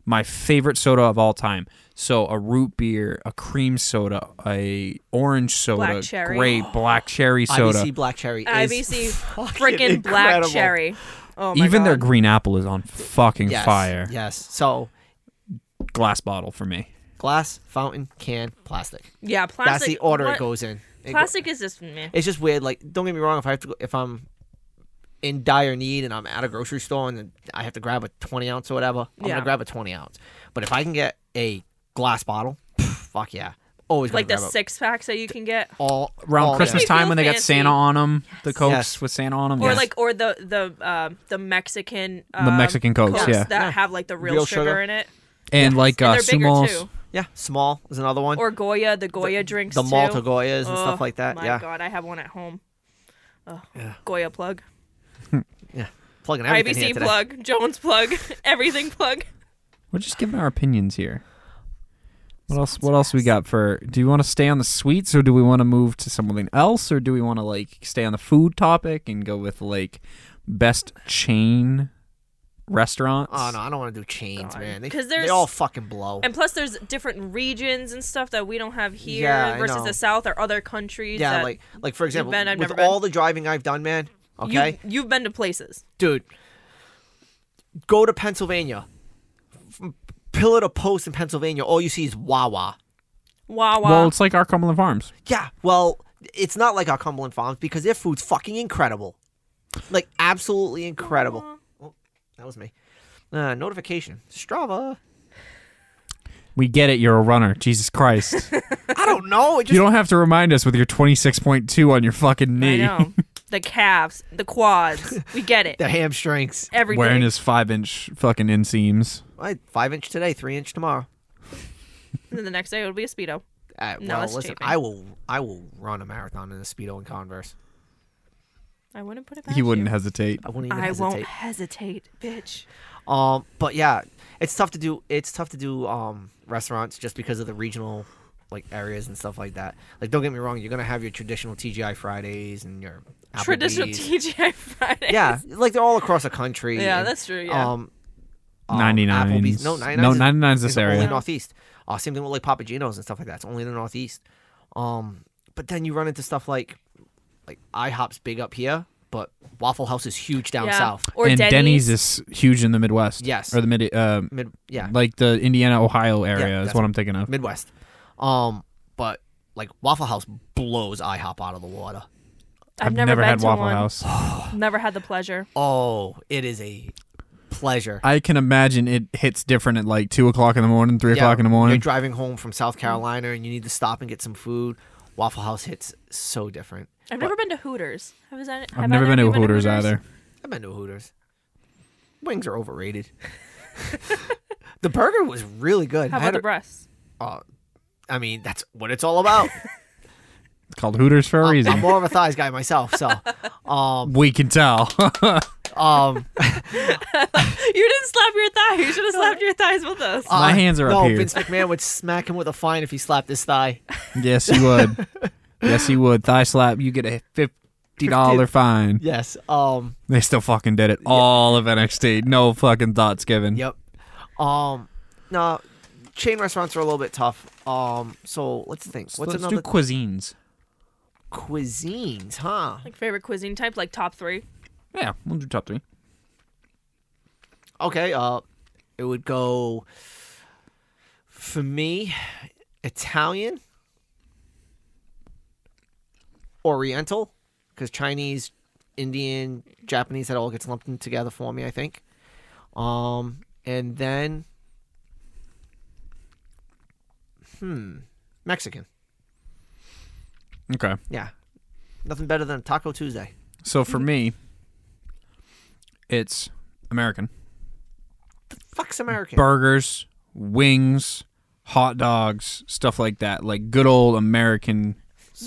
Speaker 2: My favorite soda of all time. So a root beer, a cream soda, a orange soda,
Speaker 1: Black cherry.
Speaker 2: grape, black cherry soda.
Speaker 3: IBC black cherry. Is
Speaker 1: IBC
Speaker 3: fucking
Speaker 1: freaking black
Speaker 3: incredible.
Speaker 1: cherry. Oh my
Speaker 2: Even
Speaker 1: god.
Speaker 2: their green apple is on fucking
Speaker 3: Yes,
Speaker 2: fire.
Speaker 3: Yes. So
Speaker 2: Glass bottle for me.
Speaker 3: glass, fountain, can, plastic.
Speaker 1: yeah, plastic.
Speaker 3: That's the order
Speaker 1: what-
Speaker 3: it goes in. It go-
Speaker 1: Plastic is just meh.
Speaker 3: it's just weird. Like, don't get me wrong. If I have to, go, if I'm in dire need and I'm at a grocery store and I have to grab a 20 ounce or whatever,
Speaker 1: Yeah.
Speaker 3: I'm gonna grab a 20 ounce. But if I can get a glass bottle, pff, fuck yeah, always gonna
Speaker 1: like the
Speaker 3: grab a-
Speaker 1: six packs that you can get,
Speaker 3: all
Speaker 2: around
Speaker 3: all
Speaker 2: Christmas
Speaker 1: Makes me
Speaker 2: time
Speaker 1: feel
Speaker 2: when they got
Speaker 1: fancy.
Speaker 2: Santa on them, the cokes
Speaker 3: Yes.
Speaker 2: with Santa on them,
Speaker 1: or like or the the um the Mexican um,
Speaker 2: the Mexican cokes,
Speaker 1: cokes
Speaker 2: yeah,
Speaker 1: that have like the real,
Speaker 3: Real
Speaker 1: sugar,
Speaker 3: sugar.
Speaker 1: in it,
Speaker 2: and like
Speaker 1: and
Speaker 2: uh,
Speaker 1: they're bigger
Speaker 2: sumos.
Speaker 1: too.
Speaker 3: Yeah, small is another one.
Speaker 1: Or Goya, the Goya drinks,
Speaker 3: the
Speaker 1: too.
Speaker 3: Malta Goyas
Speaker 1: Ugh,
Speaker 3: and stuff like that.
Speaker 1: My
Speaker 3: Yeah,
Speaker 1: God, I have one at home. Ugh, Goya plug,
Speaker 3: plugging everything here
Speaker 1: IBC
Speaker 3: today.
Speaker 1: plug, Jones plug, everything plug.
Speaker 2: We're just giving our opinions here. What else? What else we got for? Do you want to stay on the sweets, or do we want to move to something else, or do we want to like stay on the food topic and go with like best chain restaurants?
Speaker 3: Oh no, I don't want to do chains, man. They,
Speaker 1: 'Cause
Speaker 3: they
Speaker 1: there's-
Speaker 3: all fucking blow.
Speaker 1: And plus, there's different regions and stuff that we don't have here
Speaker 3: Yeah, I
Speaker 1: versus
Speaker 3: know.
Speaker 1: the South or other countries.
Speaker 3: Yeah,
Speaker 1: that
Speaker 3: like like for example,
Speaker 1: been, I've
Speaker 3: with
Speaker 1: never been.
Speaker 3: all the driving I've done, man.
Speaker 1: you,
Speaker 3: Okay,
Speaker 1: you've been to places.
Speaker 3: dude, go to Pennsylvania. From pillar to post in Pennsylvania, all you see is Wawa.
Speaker 1: Wawa.
Speaker 2: Well, it's like our Cumberland Farms.
Speaker 3: Yeah, well, it's not like our Cumberland Farms because their food's fucking incredible, like absolutely incredible. Oh, that was me. Uh, notification, Strava.
Speaker 2: We get it. You're a runner. Jesus Christ!
Speaker 3: I don't know. It just
Speaker 2: you don't have to remind us with your 26.2 on your fucking
Speaker 1: I
Speaker 2: knee.
Speaker 1: know. the calves, the quads. We get it.
Speaker 3: the hamstrings.
Speaker 1: Everything.
Speaker 2: Wearing his five-inch fucking inseams.
Speaker 3: I, five inch today, three inch tomorrow.
Speaker 1: And then the next day it'll be a speedo.
Speaker 3: Uh,
Speaker 1: No,
Speaker 3: well,
Speaker 1: that's
Speaker 3: listen,
Speaker 1: taping.
Speaker 3: I will, I will run a marathon in a speedo and Converse.
Speaker 1: I wouldn't put it back.
Speaker 2: He wouldn't hesitate.
Speaker 3: I wouldn't even
Speaker 1: I
Speaker 3: hesitate.
Speaker 1: won't hesitate, bitch.
Speaker 3: Um, but yeah, it's tough to do. It's tough to do um restaurants just because of the regional like areas and stuff like that. Like, don't get me wrong, you're gonna have your traditional TGI Fridays and your Applebee's.
Speaker 1: Traditional TGI Friday.
Speaker 3: Yeah, like they're all across the country.
Speaker 1: Yeah,
Speaker 3: and,
Speaker 1: that's true, yeah.
Speaker 3: Um, um,
Speaker 2: 99s.
Speaker 3: Applebee's. No,
Speaker 2: No,
Speaker 3: 99s.
Speaker 2: 99s
Speaker 3: is,
Speaker 2: this
Speaker 3: is Only
Speaker 2: area.
Speaker 3: northeast. Uh, same thing with like Papagenos and stuff like that. It's only in the northeast. Um, but then you run into stuff like like IHOP's big up here, but Waffle House is huge down
Speaker 1: Yeah.
Speaker 3: south.
Speaker 1: Or
Speaker 2: and
Speaker 1: Denny's.
Speaker 2: Denny's. is huge in the Midwest.
Speaker 3: Yes.
Speaker 2: or the mid, uh,
Speaker 3: Mid, yeah,
Speaker 2: like the Indiana Ohio area is
Speaker 3: that's
Speaker 2: what I'm thinking of.
Speaker 3: Midwest. Um, but like Waffle House blows IHOP out of the water.
Speaker 1: I've, never, been
Speaker 2: had
Speaker 1: to
Speaker 2: Waffle
Speaker 1: one.
Speaker 2: House.
Speaker 1: Never had the pleasure.
Speaker 3: Oh, it is a pleasure.
Speaker 2: I can imagine it hits different at like two o'clock in the morning, three o'clock in the
Speaker 3: You're
Speaker 2: morning.
Speaker 3: driving home from South Carolina and you need to stop and get some food. Waffle House hits so different.
Speaker 1: I've never been to Hooters. Have, is that, have
Speaker 2: I've never
Speaker 1: either
Speaker 2: been
Speaker 1: of
Speaker 2: to
Speaker 1: you
Speaker 2: Hooters either.
Speaker 3: I've been to Hooters. Wings are overrated. the burger was really good.
Speaker 1: How
Speaker 3: I, had
Speaker 1: about the
Speaker 3: a-
Speaker 1: breasts?
Speaker 3: uh, I mean, that's what it's all about.
Speaker 2: It's called Hooters for a
Speaker 3: I'm, I'm
Speaker 2: reason.
Speaker 3: more of a thighs guy myself, so um,
Speaker 2: We can tell.
Speaker 3: um,
Speaker 1: You didn't slap your thigh. You should have slapped your thighs with us.
Speaker 2: My
Speaker 3: uh,
Speaker 2: hands are
Speaker 3: no,
Speaker 2: up here.
Speaker 3: Vince McMahon would smack him with a fine if he slapped his thigh.
Speaker 2: yes, you would. Yes, you would. Thigh slap. You get a fifty dollar fine.
Speaker 3: Yes. Um.
Speaker 2: They still fucking did it. All of NXT. No fucking thoughts given.
Speaker 3: Yep. Um. No, chain restaurants are a little bit tough. Um. So let's think. What's
Speaker 2: Let's
Speaker 3: another
Speaker 2: do cuisines.
Speaker 3: cuisines? Huh.
Speaker 1: Like favorite cuisine type, like top three.
Speaker 2: Yeah, we'll do top three.
Speaker 3: Okay. Uh, it would go. For me, Italian, Oriental, because Chinese, Indian, Japanese, that all gets lumped in together for me. I think. Um. And then. Hmm. Mexican.
Speaker 2: Okay.
Speaker 3: Yeah. Nothing better than Taco Tuesday.
Speaker 2: So for me, it's American
Speaker 3: Fuck's American.
Speaker 2: burgers, wings, hot dogs, stuff like that. Like good old American.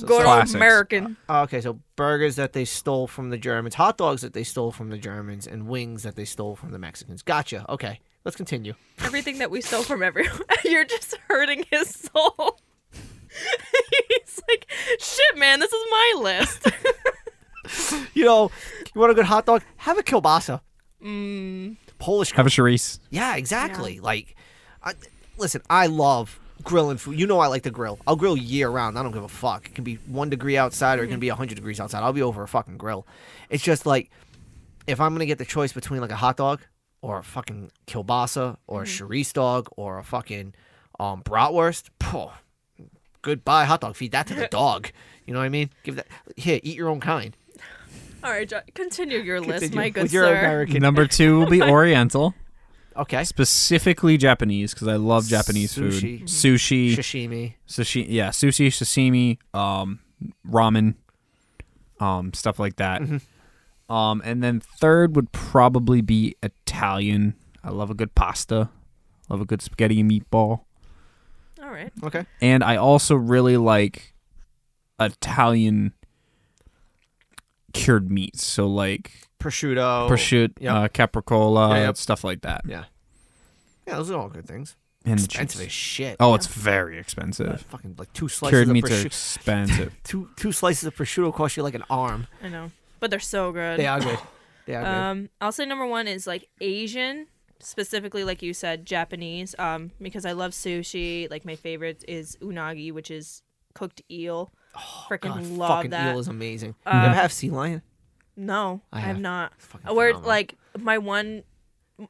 Speaker 1: Good old
Speaker 2: classics.
Speaker 1: American.
Speaker 3: Oh, okay, so burgers that they stole from the Germans, hot dogs that they stole from the Germans, and wings that they stole from the Mexicans. Gotcha. Okay, let's continue.
Speaker 1: Everything that we stole from everyone. You're just hurting his soul. He's like, shit, man, this is my list.
Speaker 3: You know, you want a good hot dog? Have a kielbasa. Polish.
Speaker 2: Have a Charisse.
Speaker 3: Yeah, exactly. Like, I, listen, I love grilling food. You know, I like to grill. I'll grill year round. I don't give a fuck. It can be one degree outside or it can
Speaker 1: Mm-hmm.
Speaker 3: be hundred degrees outside. I'll be over a fucking grill. It's just like, if I'm gonna get the choice between like a hot dog or a fucking kielbasa
Speaker 1: Mm-hmm.
Speaker 3: or a charisse dog or a fucking um, bratwurst, phew, goodbye hot dog. Feed that to the dog. You know what I mean? Give that here. Eat your own kind.
Speaker 1: All right, Jo- continue your list,
Speaker 3: Continue
Speaker 1: my good
Speaker 3: with your
Speaker 1: sir.
Speaker 3: American.
Speaker 2: Number two will be Oriental,
Speaker 3: Okay.
Speaker 2: specifically Japanese because I love Japanese
Speaker 3: Sushi.
Speaker 2: food. Sushi,
Speaker 3: Sashimi.
Speaker 2: sushi, yeah, sushi, sashimi, um, ramen, um, stuff like that.
Speaker 3: Mm-hmm.
Speaker 2: Um, and then third would probably be Italian. I love a good pasta, love a good spaghetti and meatball.
Speaker 1: All right.
Speaker 3: Okay.
Speaker 2: and I also really like Italian cured meats, so like
Speaker 3: Prosciutto.
Speaker 2: prosciutto,
Speaker 3: Oh, yep.
Speaker 2: uh, capricola,
Speaker 3: Yeah, yep.
Speaker 2: stuff like that.
Speaker 3: Yeah. Yeah, those are all good things.
Speaker 2: And the
Speaker 3: Expensive as
Speaker 2: cheese.
Speaker 3: shit.
Speaker 2: Oh, it's very expensive.
Speaker 3: fucking like two slices
Speaker 2: Cured
Speaker 3: of
Speaker 2: meats are
Speaker 3: prosciutto.
Speaker 2: expensive.
Speaker 3: Two two slices of prosciutto cost you like an arm.
Speaker 1: I know, but they're so good.
Speaker 3: They are good. They are good.
Speaker 1: Um, I'll say number one is like Asian, specifically like you said, Japanese. Um, because I love sushi. Like my favorite is unagi, which is cooked eel. Freaking
Speaker 3: Oh, God,
Speaker 1: love
Speaker 3: fucking Uh,
Speaker 1: that.
Speaker 3: eel is amazing. you ever have sea lion?
Speaker 1: no, I, have
Speaker 3: have.
Speaker 1: not.
Speaker 3: fucking
Speaker 1: Where
Speaker 3: phenomenal.
Speaker 1: like my one.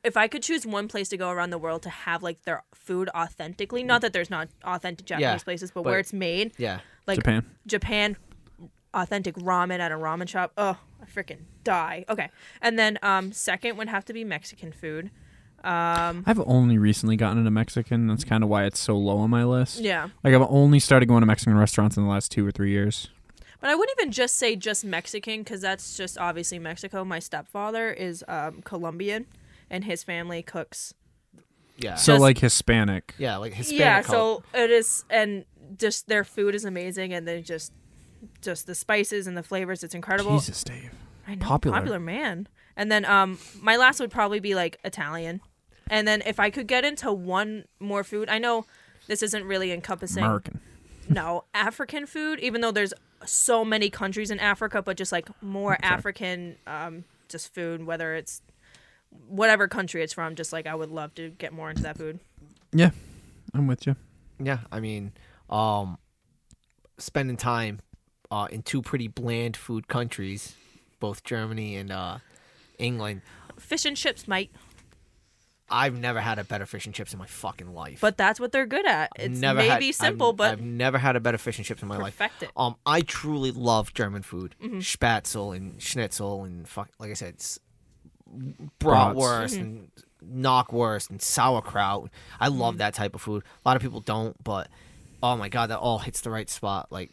Speaker 1: If I could choose one place to go around the world to have like their food authentically, not that there's not authentic Japanese places, but, where
Speaker 3: Mm. but-
Speaker 1: it's made,
Speaker 3: Yeah.
Speaker 1: like
Speaker 2: Japan.
Speaker 1: Japan authentic ramen at a ramen shop. Oh, I freaking die. Okay. And then um second would have to be Mexican food.
Speaker 2: I've only recently gotten into Mexican. That's kind of why it's so low on my list.
Speaker 1: Yeah.
Speaker 2: Like I've only started going to Mexican restaurants in the last two or three years.
Speaker 1: But I wouldn't even just say just Mexican cuz that's just obviously Mexico. My stepfather is um Colombian and his family cooks.
Speaker 3: Yeah.
Speaker 2: So
Speaker 1: Just-
Speaker 2: like Hispanic.
Speaker 3: yeah, like Hispanic.
Speaker 1: yeah,
Speaker 3: cult.
Speaker 1: so it is and just their food is amazing and they just just the spices and the flavors it's incredible.
Speaker 2: Jesus, Dave.
Speaker 1: I know,
Speaker 2: Popular.
Speaker 1: man. And then um my last would probably be like Italian. And then if I could get into one more food, I know this isn't really encompassing
Speaker 2: American.
Speaker 1: no African food, even though there's so many countries in Africa, but just like more African um just food, whether it's whatever country it's from, just like I would love to get more into that food.
Speaker 2: Yeah, I'm with you.
Speaker 3: Yeah, I mean, um, spending time uh, in two pretty bland food countries, both Germany and uh, England.
Speaker 1: Fish and chips might,
Speaker 3: I've never had a better fish and chips in my fucking life.
Speaker 1: but that's what they're good at. It's
Speaker 3: never had-
Speaker 1: maybe simple,
Speaker 3: I've,
Speaker 1: but
Speaker 3: I've never had a better fish and chips in my life.
Speaker 1: perfect it. Mm-hmm.
Speaker 3: Um, I truly love German food, spatzel and schnitzel and fuck, like I said, s- bratwurst
Speaker 2: Brats.
Speaker 1: Mm-hmm.
Speaker 3: and knockwurst and sauerkraut. I
Speaker 1: Mm-hmm.
Speaker 3: love that type of food. A lot of people don't, but oh my god, that all hits the right spot. Like,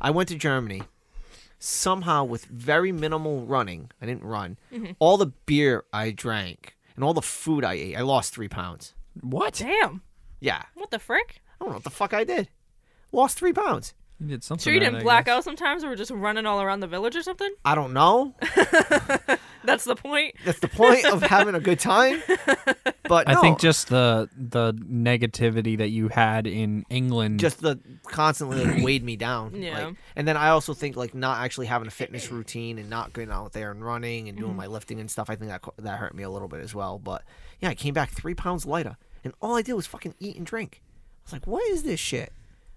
Speaker 3: I went to Germany somehow with very minimal running. I didn't run.
Speaker 1: Mm-hmm.
Speaker 3: All the beer I drank and all the food I ate, I lost three pounds.
Speaker 2: What?
Speaker 1: Damn.
Speaker 3: Yeah,
Speaker 1: What the frick?
Speaker 3: I don't know what the fuck I did. Lost three pounds.
Speaker 2: You did something.
Speaker 1: Sure, you
Speaker 2: right,
Speaker 1: didn't
Speaker 2: I
Speaker 1: black
Speaker 2: guess.
Speaker 1: out sometimes, or were just running all around the village or something.
Speaker 3: I don't know.
Speaker 1: That's the point.
Speaker 3: That's the point of having a good time. But
Speaker 2: I
Speaker 3: no,
Speaker 2: think just the the negativity that you had in England.
Speaker 3: just the constantly like, weighed me down.
Speaker 1: Yeah.
Speaker 3: Like, and then I also think like not actually having a fitness routine and not going out there and running and
Speaker 1: Mm-hmm.
Speaker 3: doing my lifting and stuff. I think that co- that hurt me a little bit as well. But yeah, I came back three pounds lighter, and all I did was fucking eat and drink. I was like, what is this shit?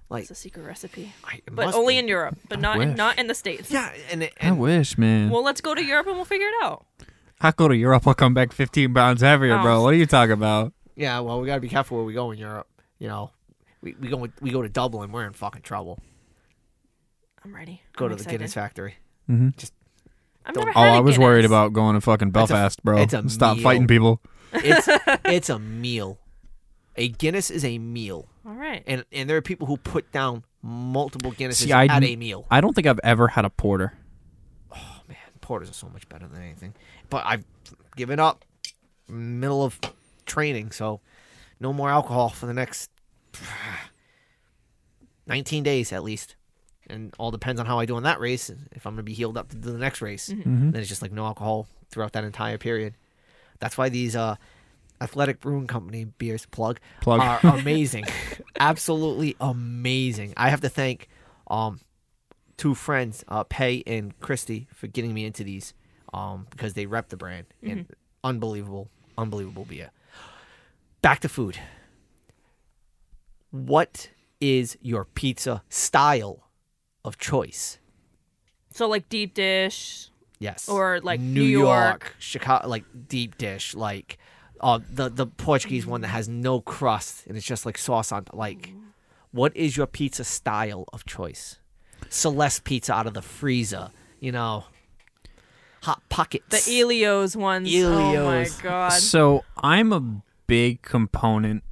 Speaker 3: Like,
Speaker 1: It's a secret recipe,
Speaker 3: I, it
Speaker 1: but
Speaker 3: must
Speaker 1: only
Speaker 3: be.
Speaker 1: in Europe, but not
Speaker 2: wish.
Speaker 1: not in the states.
Speaker 3: yeah, and, it-
Speaker 2: I
Speaker 3: and
Speaker 2: wish, man.
Speaker 1: Well, let's go to Europe and we'll figure it out.
Speaker 2: I go to Europe, I'll come back 15 pounds heavier,
Speaker 1: Oh.
Speaker 2: bro. What are you talking about?
Speaker 3: yeah, well, we gotta be careful where we go in Europe. You know, we we go we go to Dublin, we're in fucking trouble.
Speaker 1: I'm ready.
Speaker 3: Go
Speaker 1: I'm
Speaker 3: to the
Speaker 1: excited.
Speaker 3: Guinness factory.
Speaker 1: I've
Speaker 3: Don't-
Speaker 1: never
Speaker 2: Oh,
Speaker 1: had a
Speaker 2: I was worried
Speaker 1: Guinness.
Speaker 2: about going to fucking
Speaker 3: It's a-
Speaker 2: Belfast, bro.
Speaker 3: it's a
Speaker 2: Stop
Speaker 3: meal.
Speaker 2: fighting people.
Speaker 3: It's it's a meal. A Guinness is a meal,
Speaker 1: All right.
Speaker 3: and and there are people who put down multiple Guinnesses
Speaker 2: See, I
Speaker 3: at
Speaker 2: n-
Speaker 3: a meal.
Speaker 2: I don't think I've ever had a porter.
Speaker 3: oh man, quarters are so much better than anything. But I've given up middle of training, so no more alcohol for the next 19 days at least. And all depends on how I do in that race. If I'm going to be healed up to the next race, then it's just like no alcohol throughout that entire period. That's why these uh, Athletic Brewing Company beers plug,
Speaker 2: Plug.
Speaker 3: are amazing, absolutely amazing. I have to thank um, two friends, uh, Pay and Christy, for getting me into these um, because they rep the brand and unbelievable, unbelievable beer. Back to food. What is your pizza style of choice?
Speaker 1: So like deep dish.
Speaker 3: Yes.
Speaker 1: Or, like,
Speaker 3: New,
Speaker 1: New
Speaker 3: York,
Speaker 1: York.
Speaker 3: Chicago, like deep dish, like uh, the the Portuguese one that has no crust and it's just like sauce on. Like, what is your pizza style of choice? Celeste pizza out of the freezer, you know. Hot
Speaker 1: The
Speaker 3: pockets.
Speaker 1: Elios ones. Oh my
Speaker 3: Elio's.
Speaker 1: god.
Speaker 2: So I'm a big component,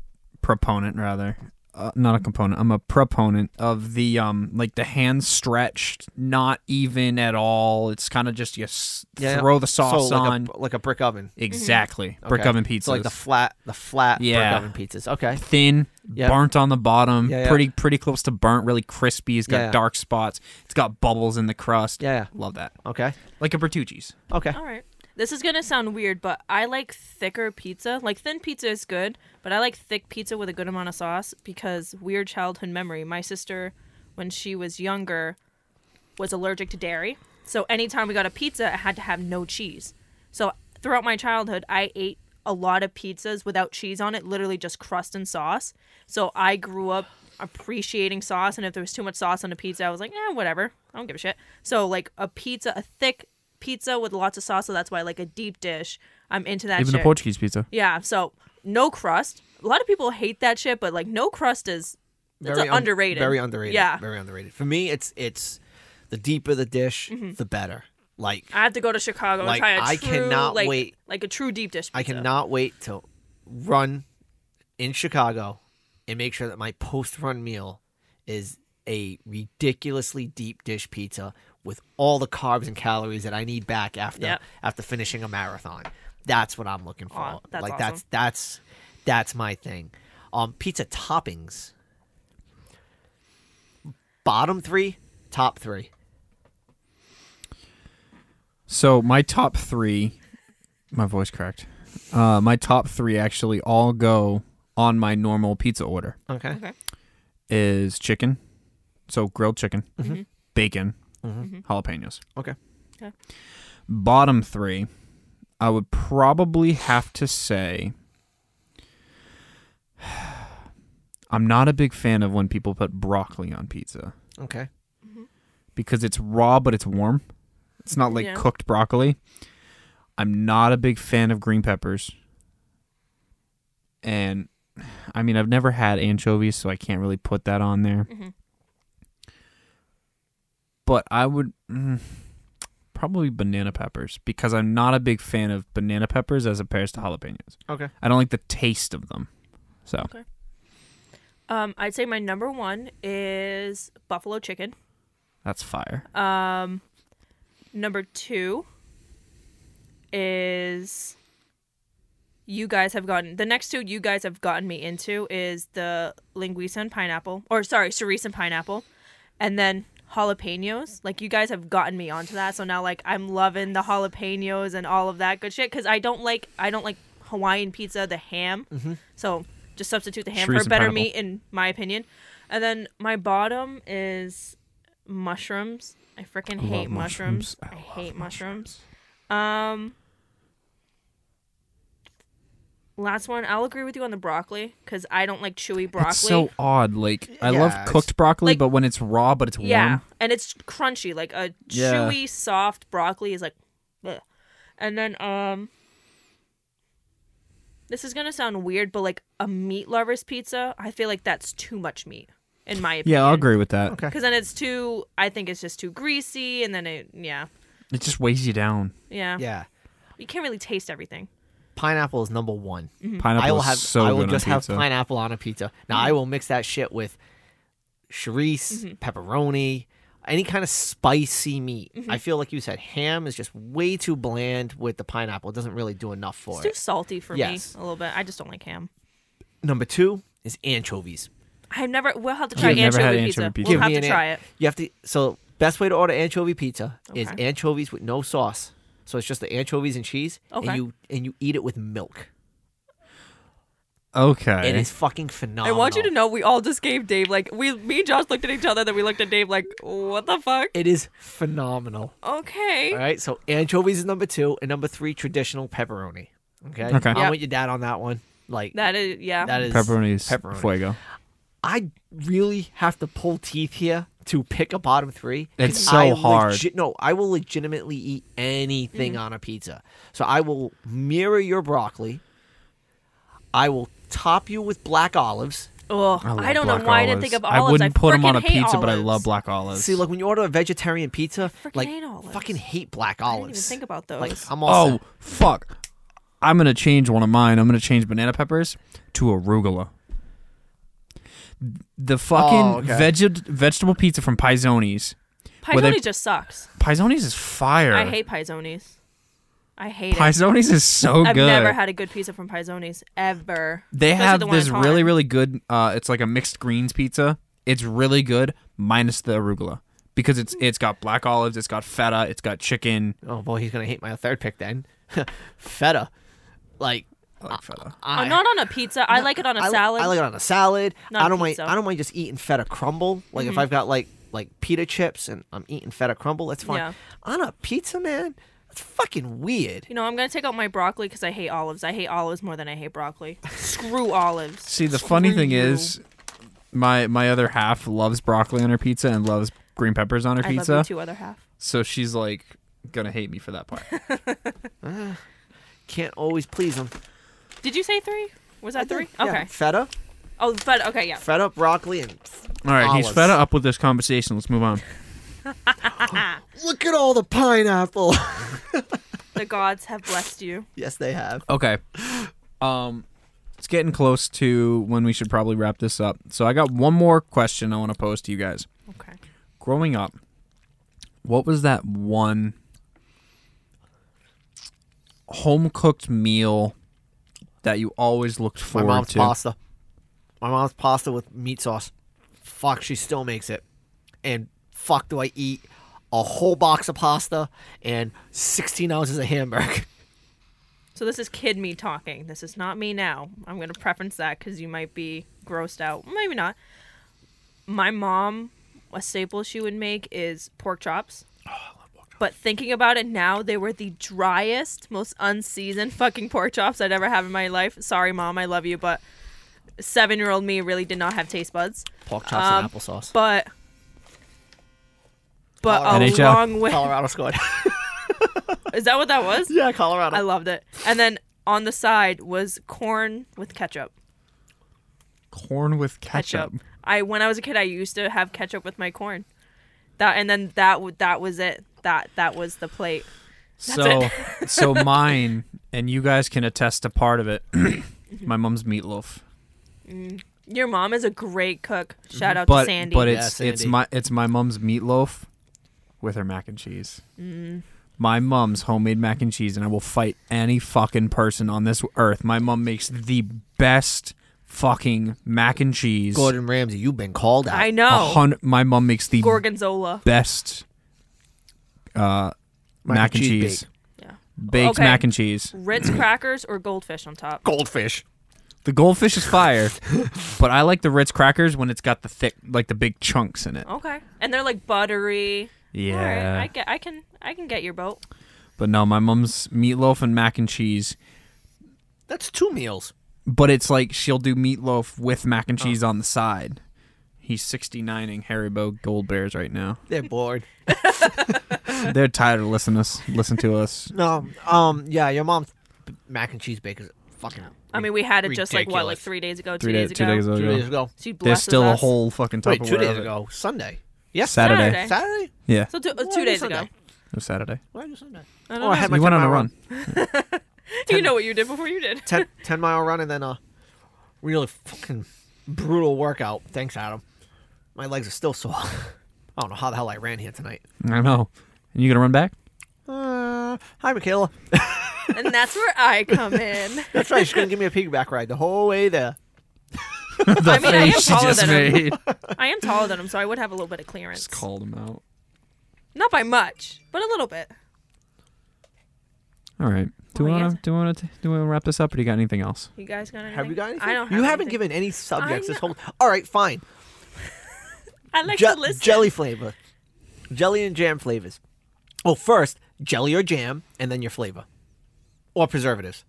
Speaker 2: proponent rather, uh, not a component. I'm a proponent of the um, like the hand stretched, not even at all. It's kind of just you s-
Speaker 3: Yeah, yeah.
Speaker 2: throw the sauce
Speaker 3: so like
Speaker 2: on.
Speaker 3: a, like a brick oven.
Speaker 2: Exactly, brick
Speaker 3: Okay.
Speaker 2: oven pizza.
Speaker 3: So like the flat, the flat
Speaker 2: Yeah.
Speaker 3: brick oven pizzas. Okay.
Speaker 2: thin,
Speaker 3: Yep.
Speaker 2: burnt on the bottom,
Speaker 3: Yeah, yeah.
Speaker 2: pretty pretty close to burnt, really crispy. It's got
Speaker 3: Yeah, yeah.
Speaker 2: dark spots. It's got bubbles in the crust.
Speaker 3: Yeah, yeah.
Speaker 2: love that.
Speaker 3: Okay.
Speaker 2: Like a Bertucci's.
Speaker 3: Okay.
Speaker 1: All right. This is gonna sound weird, but I like thicker pizza. Like thin pizza is good, but I like thick pizza with a good amount of sauce because weird childhood memory. My sister, when she was younger, was allergic to dairy. So anytime we got a pizza, it had to have no cheese. So throughout my childhood, I ate a lot of pizzas without cheese on it, literally just crust and sauce. So I grew up appreciating sauce, and if there was too much sauce on a pizza, I was like, eh, whatever. I don't give a shit. So like a pizza, a thick pizza with lots of sauce. So that's why like a deep dish, I'm into that.
Speaker 2: Even the
Speaker 1: shit.
Speaker 2: Portuguese pizza.
Speaker 1: Yeah. So no crust. A lot of people hate that shit, but like no crust is it's
Speaker 3: very un-
Speaker 1: underrated.
Speaker 3: Very underrated.
Speaker 1: Yeah.
Speaker 3: Very underrated. For me, it's it's the deeper the dish,
Speaker 1: Mm-hmm.
Speaker 3: the better. Like
Speaker 1: I have to go to Chicago
Speaker 3: Like,
Speaker 1: and try a
Speaker 3: I
Speaker 1: true,
Speaker 3: cannot
Speaker 1: like,
Speaker 3: wait.
Speaker 1: like a true deep dish. Pizza.
Speaker 3: I cannot wait to run in Chicago and make sure that my post run meal is a ridiculously deep dish pizza with all the carbs and calories that I need back after
Speaker 1: Yep.
Speaker 3: after finishing a marathon. That's what I'm looking for.
Speaker 1: Aw, that's
Speaker 3: like
Speaker 1: awesome.
Speaker 3: that's that's that's my thing. Um pizza toppings. Bottom 3, top 3.
Speaker 2: So my top three, my voice cracked. Uh, my top three actually all go on my normal pizza order.
Speaker 3: Okay.
Speaker 2: Is chicken, so grilled chicken, bacon, jalapenos.
Speaker 3: Okay.
Speaker 2: Bottom three, I would probably have to say. I'm not a big fan of when people put broccoli on pizza
Speaker 3: Okay.
Speaker 2: because it's raw but it's warm. It's not like
Speaker 1: Yeah.
Speaker 2: cooked broccoli. I'm not a big fan of green peppers. And I mean, I've never had anchovies, so I can't really put that on there.
Speaker 1: Mhm.
Speaker 2: But I would mm, probably banana peppers because I'm not a big fan of banana peppers as opposed to jalapenos.
Speaker 3: Okay.
Speaker 2: I don't like the taste of them. So,
Speaker 1: Um, I'd say my number one is buffalo chicken.
Speaker 2: that's fire.
Speaker 1: Um, number two is you guys have gotten the next two you guys have gotten me into is the linguiça and pineapple, or sorry, cerise and pineapple, and then jalapenos. Like you guys have gotten me onto that, so now like I'm loving the jalapenos and all of that good shit because I don't like I don't like Hawaiian pizza the ham, so just substitute the ham for
Speaker 2: Cerise Mm-hmm. and
Speaker 1: better
Speaker 2: pineapple.
Speaker 1: meat in my opinion. And then my bottom is mushrooms. I freaking
Speaker 2: love
Speaker 1: hate mushrooms.
Speaker 2: mushrooms. I
Speaker 1: I,
Speaker 2: love
Speaker 1: hate mushrooms. Um, last one. I'll agree with you on the broccoli because I don't like chewy broccoli.
Speaker 2: That's so odd. Like, I
Speaker 3: Yeah,
Speaker 2: love
Speaker 3: it's-
Speaker 2: cooked broccoli,
Speaker 1: like-
Speaker 2: but when it's raw but it's warm.
Speaker 1: yeah, and it's crunchy, like a
Speaker 2: Yeah.
Speaker 1: chewy, soft broccoli is like. bleh. And then um. This is gonna sound weird, but like a meat lover's pizza, I feel like that's too much meat, in my opinion.
Speaker 2: Yeah, I'll agree with that.
Speaker 3: Okay.
Speaker 1: Because then it's too. I think it's just too greasy, and then it. Yeah.
Speaker 2: It just weighs you down.
Speaker 1: Yeah.
Speaker 3: Yeah.
Speaker 1: You can't really taste everything.
Speaker 3: Pineapple is number 1.
Speaker 1: Mm-hmm. Hmm.
Speaker 2: Pineapple
Speaker 3: I will
Speaker 2: is
Speaker 3: have
Speaker 2: so
Speaker 3: I will
Speaker 2: good
Speaker 3: just
Speaker 2: on
Speaker 3: have
Speaker 2: pizza.
Speaker 3: pineapple
Speaker 1: Mm-hmm.
Speaker 3: on a pizza. Now I will mix that shit with chorice, pepperoni, any kind of spicy meat.
Speaker 1: Mm-hmm.
Speaker 3: I feel like you said ham is just way too bland with the pineapple. It doesn't really do enough for
Speaker 1: It's too
Speaker 3: it.
Speaker 1: salty for
Speaker 3: Yes.
Speaker 1: me a little bit. I just don't like ham.
Speaker 3: Number two is anchovies.
Speaker 1: I've never. We'll have to try
Speaker 2: You've never
Speaker 1: anchovy,
Speaker 2: had
Speaker 1: pizza.
Speaker 2: anchovy pizza.
Speaker 1: We'll
Speaker 3: Give
Speaker 1: have
Speaker 3: me
Speaker 1: to
Speaker 3: an an-
Speaker 1: try it.
Speaker 3: You have to. So best way to order anchovy pizza is
Speaker 1: Okay.
Speaker 3: anchovies with no sauce. So it's just the anchovies and cheese,
Speaker 1: Okay.
Speaker 3: and you and you eat it with milk.
Speaker 2: Okay.
Speaker 3: It is fucking
Speaker 2: Oh,
Speaker 3: phenomenal.
Speaker 1: I want you to know we all just gave Dave like we me and Josh looked at each other then we looked at Dave like what the fuck
Speaker 3: It is phenomenal.
Speaker 1: okay
Speaker 3: All right, so anchovies is number two, and number three, traditional pepperoni. Okay,
Speaker 2: Okay.
Speaker 3: I
Speaker 1: Yep.
Speaker 3: want your dad on that one. Like
Speaker 1: that is yeah
Speaker 3: that is
Speaker 2: Pepperoni's
Speaker 3: pepperoni.
Speaker 2: fuego.
Speaker 3: I really have to pull teeth here to pick a bottom three. 'cause
Speaker 2: It's so
Speaker 3: I
Speaker 2: hard.
Speaker 3: legi- no, I will legitimately eat anything
Speaker 1: Mm.
Speaker 3: on a pizza. So I will mirror your broccoli. I will top you with black olives.
Speaker 1: Ugh,
Speaker 2: love
Speaker 1: I, don't know
Speaker 2: black
Speaker 1: why I didn't think of olives
Speaker 2: I wouldn't put them on a
Speaker 1: frickin' hate
Speaker 2: pizza, but I
Speaker 1: olives.
Speaker 2: love black olives.
Speaker 3: See, like when you order a vegetarian pizza,
Speaker 1: frickin'
Speaker 3: like
Speaker 1: hate olives.
Speaker 3: fucking hate black
Speaker 1: I
Speaker 3: olives.
Speaker 1: didn't even think about those
Speaker 3: like I'm all
Speaker 2: oh
Speaker 3: set.
Speaker 2: fuck! I'm gonna change one of mine. I'm gonna change banana peppers to arugula. The fucking
Speaker 3: Oh, okay.
Speaker 2: veg- vegetable pizza from Pizonis.
Speaker 1: Pizzoni
Speaker 2: were they-
Speaker 1: just sucks
Speaker 2: Pizonis is fire.
Speaker 1: I hate pizzonis I hate it
Speaker 2: Pizonis is so
Speaker 1: I've
Speaker 2: good.
Speaker 1: never had a good pizza from pizzonis ever
Speaker 2: They
Speaker 1: Especially
Speaker 2: have
Speaker 1: the one in
Speaker 2: this
Speaker 1: Taunton.
Speaker 2: really, really good. Uh, it's like a mixed greens pizza. It's really good, minus the arugula, because it's it's got black olives, it's got feta, it's got chicken.
Speaker 3: Oh boy, he's gonna hate my third pick then. Feta, like
Speaker 2: I like feta.
Speaker 1: Oh,
Speaker 3: I,
Speaker 1: not on a pizza I like it on a
Speaker 3: I-
Speaker 1: salad
Speaker 3: I like it on a salad.
Speaker 1: Not
Speaker 3: I don't
Speaker 1: pizza. Mm-hmm.
Speaker 3: mind. I don't mind just eating feta crumble. Like if I've got like like pita chips and I'm eating feta crumble, that's fine.
Speaker 1: Yeah.
Speaker 3: On a pizza, man, that's fucking weird.
Speaker 1: you know I'm gonna take out my broccoli because I hate olives I hate olives more than I hate broccoli screw olives
Speaker 2: See, the funny thing
Speaker 1: Screw you.
Speaker 2: is, my my other half loves broccoli on her pizza and loves green peppers on her
Speaker 1: I
Speaker 2: pizza.
Speaker 1: love the two other half
Speaker 2: So she's like gonna hate me for that part.
Speaker 3: Can't always please them.
Speaker 1: did you say three was that three
Speaker 3: Yeah,
Speaker 1: okay
Speaker 3: Feta,
Speaker 1: oh but okay yeah
Speaker 3: feta, broccoli, and
Speaker 2: All right,
Speaker 3: Olives.
Speaker 2: he's fed up with this conversation. Let's move on.
Speaker 3: look at all the pineapple.
Speaker 1: the gods have blessed you.
Speaker 3: yes, they have.
Speaker 2: Okay. Um it's getting close to when we should probably wrap this up. So I got one more question I want to pose to you guys.
Speaker 1: Okay.
Speaker 2: Growing up, what was that one home cooked meal that you always looked
Speaker 3: My
Speaker 2: forward
Speaker 3: mom's
Speaker 2: to?
Speaker 3: pasta. My mom's pasta with meat sauce. Fuck, she still makes it. And fuck, do I eat a whole box of pasta and 16 ounces of hamburger?
Speaker 1: So this is kid me talking. This is not me now. I'm going to preference that because you might be grossed out. Maybe not. My mom, a staple she would make is pork chops.
Speaker 3: Oh,
Speaker 1: But thinking about it now, they were the driest, most unseasoned fucking pork chops I'd ever have in my life. Sorry, mom, I love you, but seven year old me really did not have taste buds.
Speaker 3: Pork chops and applesauce.
Speaker 1: Um, But but
Speaker 3: Colorado.
Speaker 1: a
Speaker 2: NHL.
Speaker 1: long way.
Speaker 3: Colorado scored.
Speaker 1: Is that what that was?
Speaker 3: yeah, Colorado.
Speaker 1: I loved it. And then on the side was corn with ketchup.
Speaker 2: Corn with
Speaker 1: Ketchup.
Speaker 2: ketchup.
Speaker 1: I when I was a kid, I used to have ketchup with my corn. That and then that w- that was it. That that was the plate.
Speaker 2: So so mine and you guys can attest to part of it. my mom's meatloaf.
Speaker 1: Your mom is a great cook. Shout out
Speaker 2: but
Speaker 1: to Sandy.
Speaker 2: but it's
Speaker 3: Yeah,
Speaker 2: it's
Speaker 3: Sandy.
Speaker 2: my it's my mom's meatloaf with her mac and cheese.
Speaker 1: Mm.
Speaker 2: My mom's homemade mac and cheese, and I will fight any fucking person on this earth. My mom makes the best fucking mac and cheese.
Speaker 3: Gordon Ramsay, you've been called out.
Speaker 1: I
Speaker 2: A
Speaker 1: know
Speaker 2: hun- my mom makes the
Speaker 1: gorgonzola.
Speaker 2: best uh, mac, and cheese,
Speaker 3: bake.
Speaker 1: Yeah,
Speaker 2: baked
Speaker 1: Okay.
Speaker 2: mac and cheese.
Speaker 1: Ritz crackers or goldfish on top.
Speaker 3: Goldfish.
Speaker 2: The goldfish is fire, but I like the Ritz crackers when it's got the thick, like the big chunks in it.
Speaker 1: Okay, and they're like buttery. All right,
Speaker 2: Yeah,
Speaker 1: Oh, I get. I can. I can get your boat.
Speaker 2: but no, my mom's meatloaf and mac and cheese.
Speaker 3: That's two meals.
Speaker 2: but it's like she'll do meatloaf with mac
Speaker 3: Oh.
Speaker 2: and cheese on the side. He's 69ing Haribo Gold Bears right now.
Speaker 3: They're bored.
Speaker 2: They're tired of listening to us. Listen to us.
Speaker 3: no, um, yeah, your mom's b- mac and cheese baker's fucking.
Speaker 1: I mean, we had it just like what, like
Speaker 3: Ridiculous.
Speaker 1: three days ago, two
Speaker 2: Three
Speaker 1: days
Speaker 2: days, two
Speaker 1: ago.
Speaker 2: days ago.
Speaker 3: two days ago.
Speaker 1: She
Speaker 2: There's
Speaker 1: blesses
Speaker 2: still a
Speaker 1: us.
Speaker 2: whole fucking
Speaker 3: Wait,
Speaker 2: Tupperware.
Speaker 3: two
Speaker 2: of
Speaker 3: days
Speaker 2: it.
Speaker 3: ago. Sunday. Yes.
Speaker 1: Saturday.
Speaker 2: Saturday.
Speaker 3: Saturday.
Speaker 2: Yeah,
Speaker 1: So two,
Speaker 3: Why
Speaker 1: two
Speaker 3: do
Speaker 1: days
Speaker 3: Sunday?
Speaker 1: ago.
Speaker 2: it was Saturday.
Speaker 3: Why do Sunday?
Speaker 1: I don't
Speaker 3: Oh, I
Speaker 1: know.
Speaker 3: had my
Speaker 2: You went on
Speaker 3: 10
Speaker 2: a
Speaker 3: mile
Speaker 2: run.
Speaker 1: Do you know what you did before you did?
Speaker 3: 10, 10 mile run and then a really fucking brutal workout. Thanks, Adam. My legs are still sore. I don't know how the hell I ran here tonight.
Speaker 2: I know. And you gonna run back?
Speaker 3: Uh, hi, Michaela.
Speaker 1: and that's where I come in.
Speaker 3: That's right. She's gonna give me a piggyback ride the whole way there.
Speaker 2: the
Speaker 1: I mean, I am
Speaker 2: she
Speaker 1: taller
Speaker 2: just
Speaker 1: than him.
Speaker 2: made.
Speaker 1: I am taller than him, so I would have a little bit of clearance.
Speaker 2: just called him out.
Speaker 1: Not by much, but a little bit.
Speaker 2: All right. Do we
Speaker 1: Well, he is-
Speaker 2: want to do we want to do we want to wrap this up, or do you got anything else?
Speaker 1: You guys got anything?
Speaker 3: Have you got anything?
Speaker 1: I don't.
Speaker 3: You
Speaker 1: have
Speaker 3: haven't
Speaker 1: anything.
Speaker 3: given any subjects
Speaker 1: I
Speaker 3: this whole. All right, fine.
Speaker 1: I like
Speaker 3: Je-
Speaker 1: to listen.
Speaker 3: jelly flavor, jelly and jam flavors. Well, first jelly or jam, and then your flavor, or preservatives.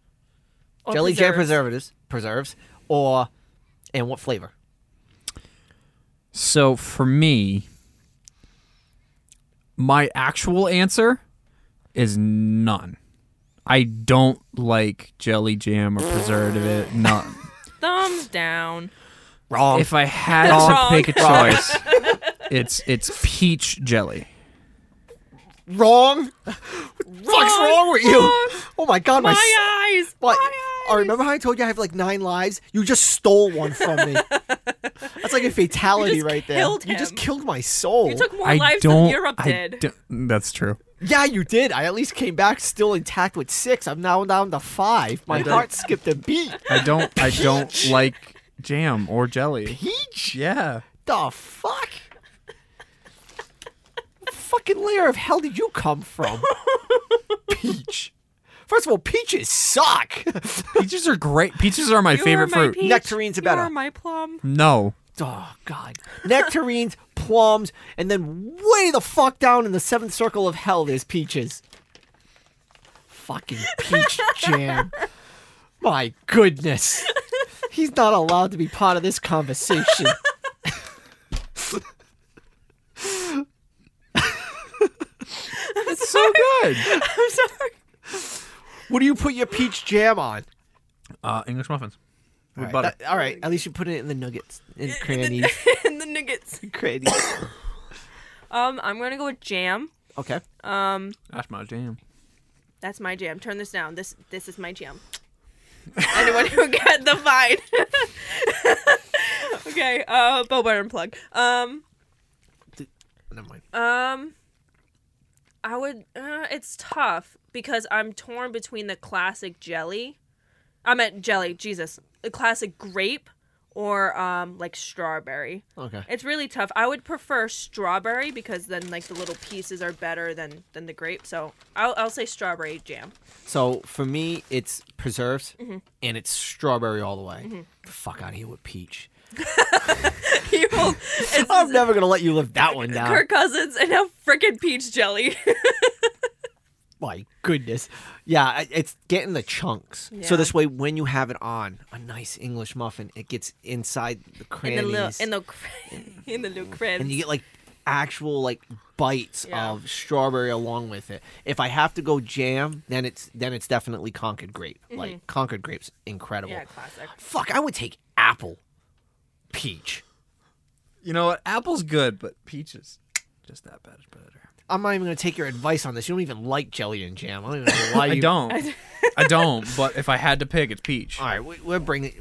Speaker 1: Or
Speaker 3: jelly jam
Speaker 1: preserves.
Speaker 3: preservatives, preserves, or and what flavor?
Speaker 2: So for me, my actual answer is none. I don't like jelly jam or preservative. None.
Speaker 1: Thumbs down.
Speaker 3: Oh. Wrong.
Speaker 2: If I had to
Speaker 1: Wrong.
Speaker 2: pick a choice, it's it's peach jelly.
Speaker 3: wrong. What's wrong with you?
Speaker 1: Wrong.
Speaker 3: Oh my god, my. oh, s-
Speaker 1: My eyes.
Speaker 3: what?
Speaker 1: My eyes.
Speaker 3: I remember how I told you I have like nine lives. You just stole one from me. That's like a fatality
Speaker 1: just
Speaker 3: right there.
Speaker 1: killed
Speaker 3: You just
Speaker 1: him.
Speaker 3: killed my soul.
Speaker 1: You took more
Speaker 2: I
Speaker 1: lives
Speaker 2: don't.
Speaker 1: than Europe
Speaker 2: I
Speaker 1: did.
Speaker 2: don't- that's true.
Speaker 3: Yeah, you did. I at least came back still intact with six. I'm now down to five. My
Speaker 2: I did.
Speaker 3: heart skipped a beat.
Speaker 2: I don't. I don't like jam or jelly.
Speaker 3: Peach?
Speaker 2: Yeah.
Speaker 3: The fuck? Fucking layer of hell did you come from? Peach. First of all, peaches suck.
Speaker 2: Peaches are great. Peaches are my
Speaker 1: You
Speaker 2: favorite
Speaker 1: are my
Speaker 2: fruit.
Speaker 1: peach.
Speaker 3: Nectarines are
Speaker 1: You
Speaker 3: better.
Speaker 1: are my plum.
Speaker 2: No.
Speaker 3: oh god. Nectarines, plums, and then way the fuck down in the seventh circle of hell there's peaches. Fucking peach jam. My goodness. He's not allowed to be part of this conversation.
Speaker 2: It's so good.
Speaker 1: I'm sorry.
Speaker 3: What do you put your peach jam on?
Speaker 2: Uh, English muffins with
Speaker 3: All right,
Speaker 2: butter.
Speaker 3: that- all right, at least you put it in the nuggets and crannies.
Speaker 1: and the nuggets.
Speaker 3: crannies.
Speaker 1: Um, I'm gonna go with jam.
Speaker 3: Okay.
Speaker 2: That's my jam.
Speaker 1: That's my jam. Turn this down. This this is my jam. Anyone who got the vine. okay, uh Bo Burnham plug. Um
Speaker 3: Never mind.
Speaker 1: um I would uh, it's tough because I'm torn between the classic jelly. I meant jelly, Jesus. The classic grape or um like strawberry.
Speaker 3: Okay.
Speaker 1: It's really tough. I would prefer strawberry because then like the little pieces are better than than the grape. So I'll I'll say strawberry jam.
Speaker 3: So for me, it's preserves
Speaker 1: Mm-hmm.
Speaker 3: and it's strawberry all the way. The fuck out of here with peach.
Speaker 1: You will- it's-
Speaker 3: I'm never gonna let you live that one down.
Speaker 1: Kirk Cousins and have freaking peach jelly.
Speaker 3: My goodness. Yeah, I- it's getting the chunks. So
Speaker 1: Yeah.
Speaker 3: this way, when you have it on a nice English muffin, it gets inside the
Speaker 1: in
Speaker 3: crannies,
Speaker 1: the little, in the, cr- in the little crib.
Speaker 3: and you get like actual like bites
Speaker 1: Yeah.
Speaker 3: of strawberry along with it. If I have to go jam, then it's then it's definitely Concord grape. Like Concord grapes, incredible.
Speaker 1: Mm-hmm. yeah, classic.
Speaker 3: Fuck, I would take apple, peach.
Speaker 2: You know what? Apple's good, but peaches just that bad better.
Speaker 3: I'm not even gonna take your advice on this. You don't even like jelly and jam. I don't even know why you.
Speaker 2: I don't. I don't. But if I had to pick, it's peach.
Speaker 3: All right, we, we're bringing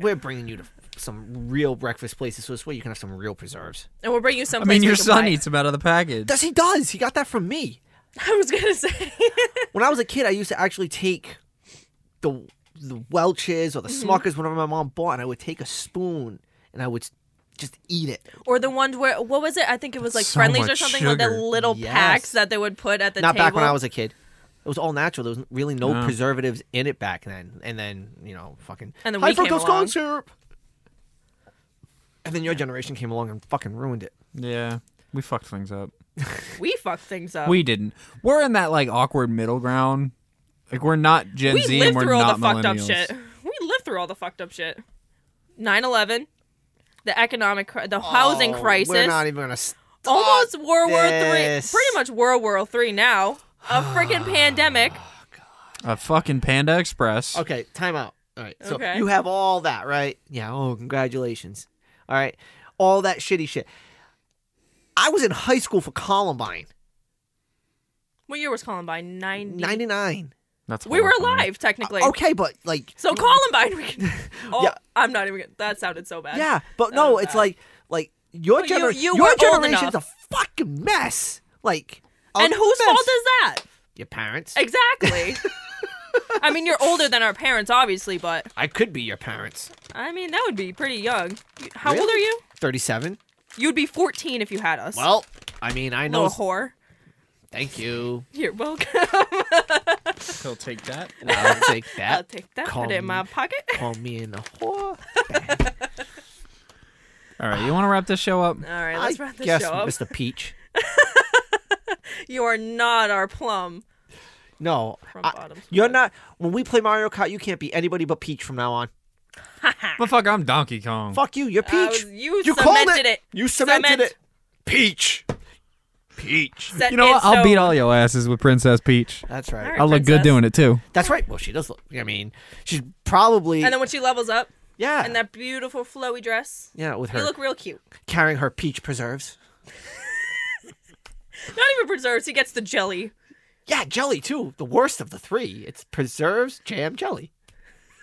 Speaker 3: we're bringing you to some real breakfast places, so this way you can have some real preserves.
Speaker 1: And we'll bring you some.
Speaker 2: I mean, your son
Speaker 1: I
Speaker 2: eats them out of the package.
Speaker 3: Yes, he does. He got that from me.
Speaker 1: was gonna say.
Speaker 3: when I was a kid, I used to actually take the the Welch's or the
Speaker 1: Mm-hmm.
Speaker 3: Smuckers, whatever my mom bought, and I would take a spoon and I would s- just eat it.
Speaker 1: or the ones where what was it? I think it was like
Speaker 2: So
Speaker 1: Friendlies or
Speaker 2: much
Speaker 1: something with the
Speaker 2: sugar.
Speaker 1: little
Speaker 3: Yes.
Speaker 1: packs that they would put at the
Speaker 3: Not
Speaker 1: table.
Speaker 3: back when I was a kid. It was all natural. There was really no
Speaker 2: No.
Speaker 3: preservatives in it back then. And then you know, fucking
Speaker 1: And then
Speaker 3: high
Speaker 1: we came
Speaker 3: fructose corn
Speaker 1: along.
Speaker 3: syrup. And then your generation came along and fucking ruined it.
Speaker 2: Yeah, we fucked things up.
Speaker 1: we fucked things up.
Speaker 2: We didn't. We're in that like awkward middle ground. Like we're not Gen
Speaker 1: We
Speaker 2: Z
Speaker 1: lived
Speaker 2: and we're
Speaker 1: through all
Speaker 2: not
Speaker 1: the fucked up
Speaker 2: millennials.
Speaker 1: shit. We lived through all the fucked up shit. 9-11, the economic, cri- the housing
Speaker 3: Oh,
Speaker 1: crisis.
Speaker 3: We're not even gonna. St-
Speaker 1: almost World War Three,
Speaker 3: this.
Speaker 1: pretty much World War Three now. A freaking pandemic.
Speaker 2: A fucking Panda Express.
Speaker 3: Okay, time out. All right. So
Speaker 1: Okay.
Speaker 3: you have all that, right? Yeah. Oh, congratulations. All right. All that shitty shit. I was in high school for Columbine,
Speaker 1: What year was Columbine? Ninety.
Speaker 3: 99.
Speaker 2: That's
Speaker 1: We were
Speaker 2: horrifying.
Speaker 1: alive technically.
Speaker 3: Okay, but like,
Speaker 1: So Columbine. We can... Oh,
Speaker 3: Yeah.
Speaker 1: I'm not even. gonna- That sounded so bad.
Speaker 3: yeah, but no,
Speaker 1: was
Speaker 3: it's
Speaker 1: bad.
Speaker 3: like, like your
Speaker 1: But you-
Speaker 3: gener-
Speaker 1: you were
Speaker 3: your
Speaker 1: old
Speaker 3: generation's
Speaker 1: enough.
Speaker 3: a fucking mess. Like, a
Speaker 1: and whose
Speaker 3: mess.
Speaker 1: fault is that?
Speaker 3: your parents?
Speaker 1: Exactly. I mean, you're older than our parents, obviously, but
Speaker 3: I could be your parents.
Speaker 1: I mean, that would be pretty young. How old
Speaker 3: Really?
Speaker 1: are you?
Speaker 3: Thirty-seven.
Speaker 1: You'd be 14 if you had us.
Speaker 3: Well, I mean, I know.
Speaker 1: little whore.
Speaker 3: Thank you.
Speaker 1: You're welcome.
Speaker 2: He'll take that.
Speaker 3: I'll take that.
Speaker 1: I'll take that.
Speaker 3: Call
Speaker 1: Put it in
Speaker 3: me-
Speaker 1: my pocket.
Speaker 3: Call me in a whore.
Speaker 2: All right, you want to wrap this show up?
Speaker 1: All right, let's
Speaker 3: I
Speaker 1: wrap this
Speaker 3: guess,
Speaker 1: show up.
Speaker 3: Mr. Peach.
Speaker 1: You are not our plum.
Speaker 3: No,
Speaker 1: From
Speaker 3: I-
Speaker 1: bottom to
Speaker 3: you're
Speaker 1: top.
Speaker 3: not. When we play Mario Kart, you can't be anybody but Peach from now on.
Speaker 2: But fuck, I'm Donkey Kong.
Speaker 3: Fuck you. You're
Speaker 1: I
Speaker 3: Peach.
Speaker 1: was- you
Speaker 3: called
Speaker 1: cemented it.
Speaker 3: You cemented
Speaker 1: Cement.
Speaker 3: it. Peach. Peach.
Speaker 1: Set
Speaker 2: You know
Speaker 1: in
Speaker 2: what? I'll
Speaker 1: stone.
Speaker 2: beat all your asses with Princess Peach.
Speaker 3: That's right.
Speaker 1: All right.
Speaker 2: I'll look good
Speaker 1: Princess.
Speaker 2: doing it too.
Speaker 3: That's right. Well, she does look. I mean, she's probably.
Speaker 1: And then when she levels up,
Speaker 3: yeah.
Speaker 1: in that beautiful flowy dress,
Speaker 3: yeah, with
Speaker 1: you
Speaker 3: her
Speaker 1: look real cute.
Speaker 3: carrying her peach preserves.
Speaker 1: Not even preserves. He gets the jelly.
Speaker 3: Yeah, jelly too. The worst of the three. It's preserves, jam, jelly.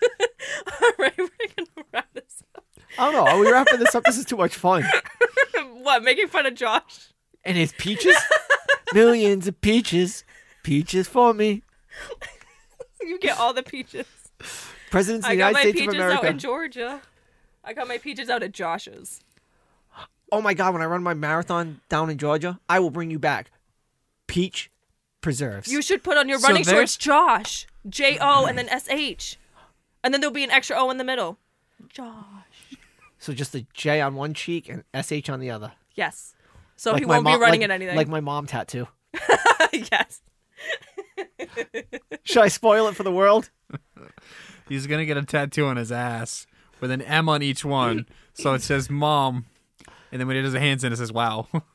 Speaker 1: All right, we're gonna wrap this. up.
Speaker 3: I don't know. Are we wrapping this up? This is too much fun.
Speaker 1: What? Making fun of Josh?
Speaker 3: And it's peaches. Millions of peaches. Peaches for me.
Speaker 1: You get all the peaches.
Speaker 3: Presidents of
Speaker 1: I
Speaker 3: the
Speaker 1: got
Speaker 3: United
Speaker 1: my
Speaker 3: States of
Speaker 1: peaches out
Speaker 3: America.
Speaker 1: in Georgia. I got my peaches out at Josh's.
Speaker 3: oh my God, when I run my marathon down in Georgia, I will bring you back peach preserves.
Speaker 1: You should put on your
Speaker 2: So
Speaker 1: running
Speaker 2: there-
Speaker 1: shorts, Josh. J O and then S H, and then there'll be an extra O in the middle. Josh.
Speaker 3: so just the J on one cheek and SH on the other.
Speaker 1: Yes. So Oh, he
Speaker 3: my
Speaker 1: won't be
Speaker 3: mom-
Speaker 1: running
Speaker 3: like-
Speaker 1: at anything.
Speaker 3: Like my mom tattoo.
Speaker 1: yes.
Speaker 3: Should I spoil it for the world?
Speaker 2: He's gonna get a tattoo on his ass with an M on each one, so it says "mom," and then when he does a handstand, it says "wow."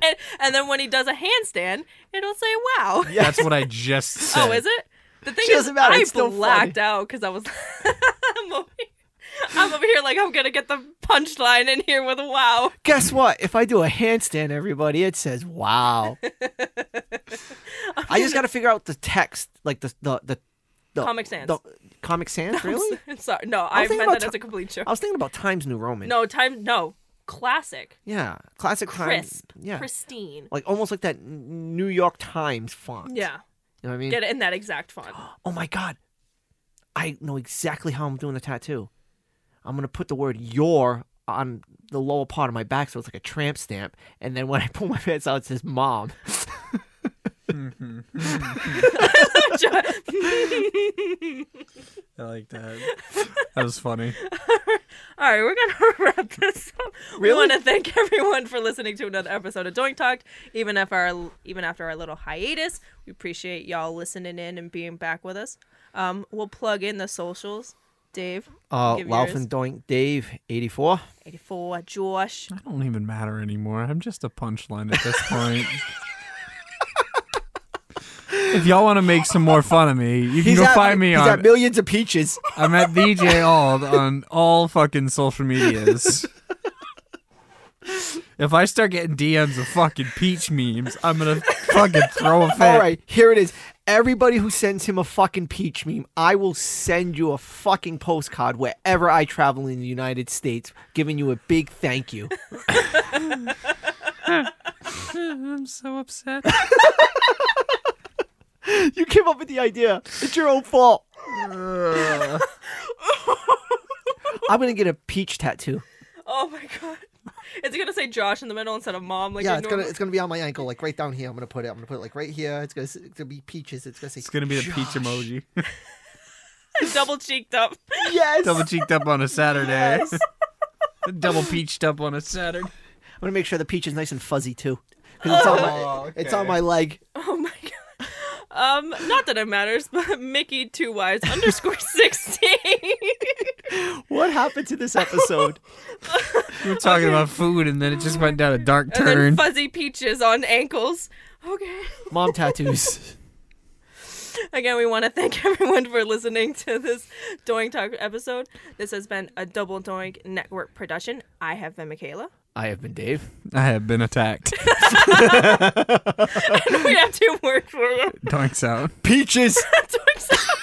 Speaker 1: And, and then when he does a handstand, it'll say "Wow."
Speaker 2: That's what I just said.
Speaker 1: Oh, is it? The thing
Speaker 3: She
Speaker 1: is,
Speaker 3: doesn't matter,
Speaker 1: I
Speaker 3: it's still
Speaker 1: blacked
Speaker 3: funny.
Speaker 1: out because I was. I'm, over here, I'm over here like I'm gonna get the punchline in here with "Wow."
Speaker 3: Guess what? If I do a handstand, everybody, it says wow. I just got to figure out the text, like the the the, the
Speaker 1: Comic Sans.
Speaker 3: the- Comic Sans, really?
Speaker 1: Sorry, no, I,
Speaker 3: thinking
Speaker 1: meant
Speaker 3: about
Speaker 1: that as
Speaker 3: ti-
Speaker 1: a complete joke.
Speaker 3: I was thinking about Times New Roman.
Speaker 1: No time. No classic,
Speaker 3: Yeah, classic Times.
Speaker 1: crisp,
Speaker 3: Yeah,
Speaker 1: pristine.
Speaker 3: like almost like that N- New York Times font.
Speaker 1: Yeah,
Speaker 3: you know what I mean.
Speaker 1: get it in that exact font.
Speaker 3: Oh my god, I know exactly how I'm doing the tattoo. I'm gonna put the word "your" on the lower part of my back, so it's like a tramp stamp. And then when I pull my pants out, it says "mom."
Speaker 2: I like that. That was funny.
Speaker 1: All right, we're gonna wrap this up. We
Speaker 3: Really?
Speaker 1: want to thank everyone for listening to another episode of Doink Talk. Even if our even after our little hiatus, we appreciate y'all listening in and being back with us. Um, we'll plug in the socials. Dave,
Speaker 3: Uh,
Speaker 1: give
Speaker 3: Laugh
Speaker 1: yours.
Speaker 3: and Doink Dave, 84.
Speaker 1: 84, Josh.
Speaker 2: I don't even matter anymore. I'm just a punchline at this point. if y'all want to make some more fun of me, you can go
Speaker 3: at,
Speaker 2: find me
Speaker 3: he's at
Speaker 2: on.
Speaker 3: millions of peaches.
Speaker 2: I'm at DJ Ald on all fucking social medias. If I start getting DMs of fucking peach memes, I'm gonna fucking throw a fit.
Speaker 3: All right, here it is. Everybody who sends him a fucking peach meme, I will send you a fucking postcard wherever I travel in the United States, giving you a big thank you.
Speaker 2: I'm so upset.
Speaker 3: you came up with the idea. It's your own fault. I'm gonna get a peach tattoo.
Speaker 1: Oh my god. Is it gonna say Josh in the middle instead of mom? Like
Speaker 3: Yeah,
Speaker 1: your
Speaker 3: it's gonna
Speaker 1: normal-
Speaker 3: it's gonna be on my ankle, like right down here. I'm gonna put it. I'm gonna put it like right here. It's gonna, s- it's gonna be peaches. It's gonna say
Speaker 2: It's gonna be the peach emoji.
Speaker 1: double cheeked up.
Speaker 3: yes.
Speaker 2: Double cheeked up on a Saturday. Double peached up on a Saturday.
Speaker 3: I'm gonna make sure the peach is nice and fuzzy too, 'Cause it's on
Speaker 2: Oh,
Speaker 3: my it's on my leg.
Speaker 1: Oh my god. Um, not that it matters, but Mickey two wise underscore sixteen.
Speaker 3: What happened to this episode?
Speaker 2: We were talking about food, and then it just went down a dark
Speaker 1: and then
Speaker 2: turn.
Speaker 1: fuzzy peaches on ankles. Okay.
Speaker 3: Mom tattoos.
Speaker 1: Again, we want to thank everyone for listening to this Doink Talk episode. This has been a Double Doink Network production. I have been Michaela.
Speaker 3: I have been Dave.
Speaker 2: I have been attacked.
Speaker 1: we have two words for you.
Speaker 2: Doinks out.
Speaker 3: Peaches.
Speaker 1: Doinks out.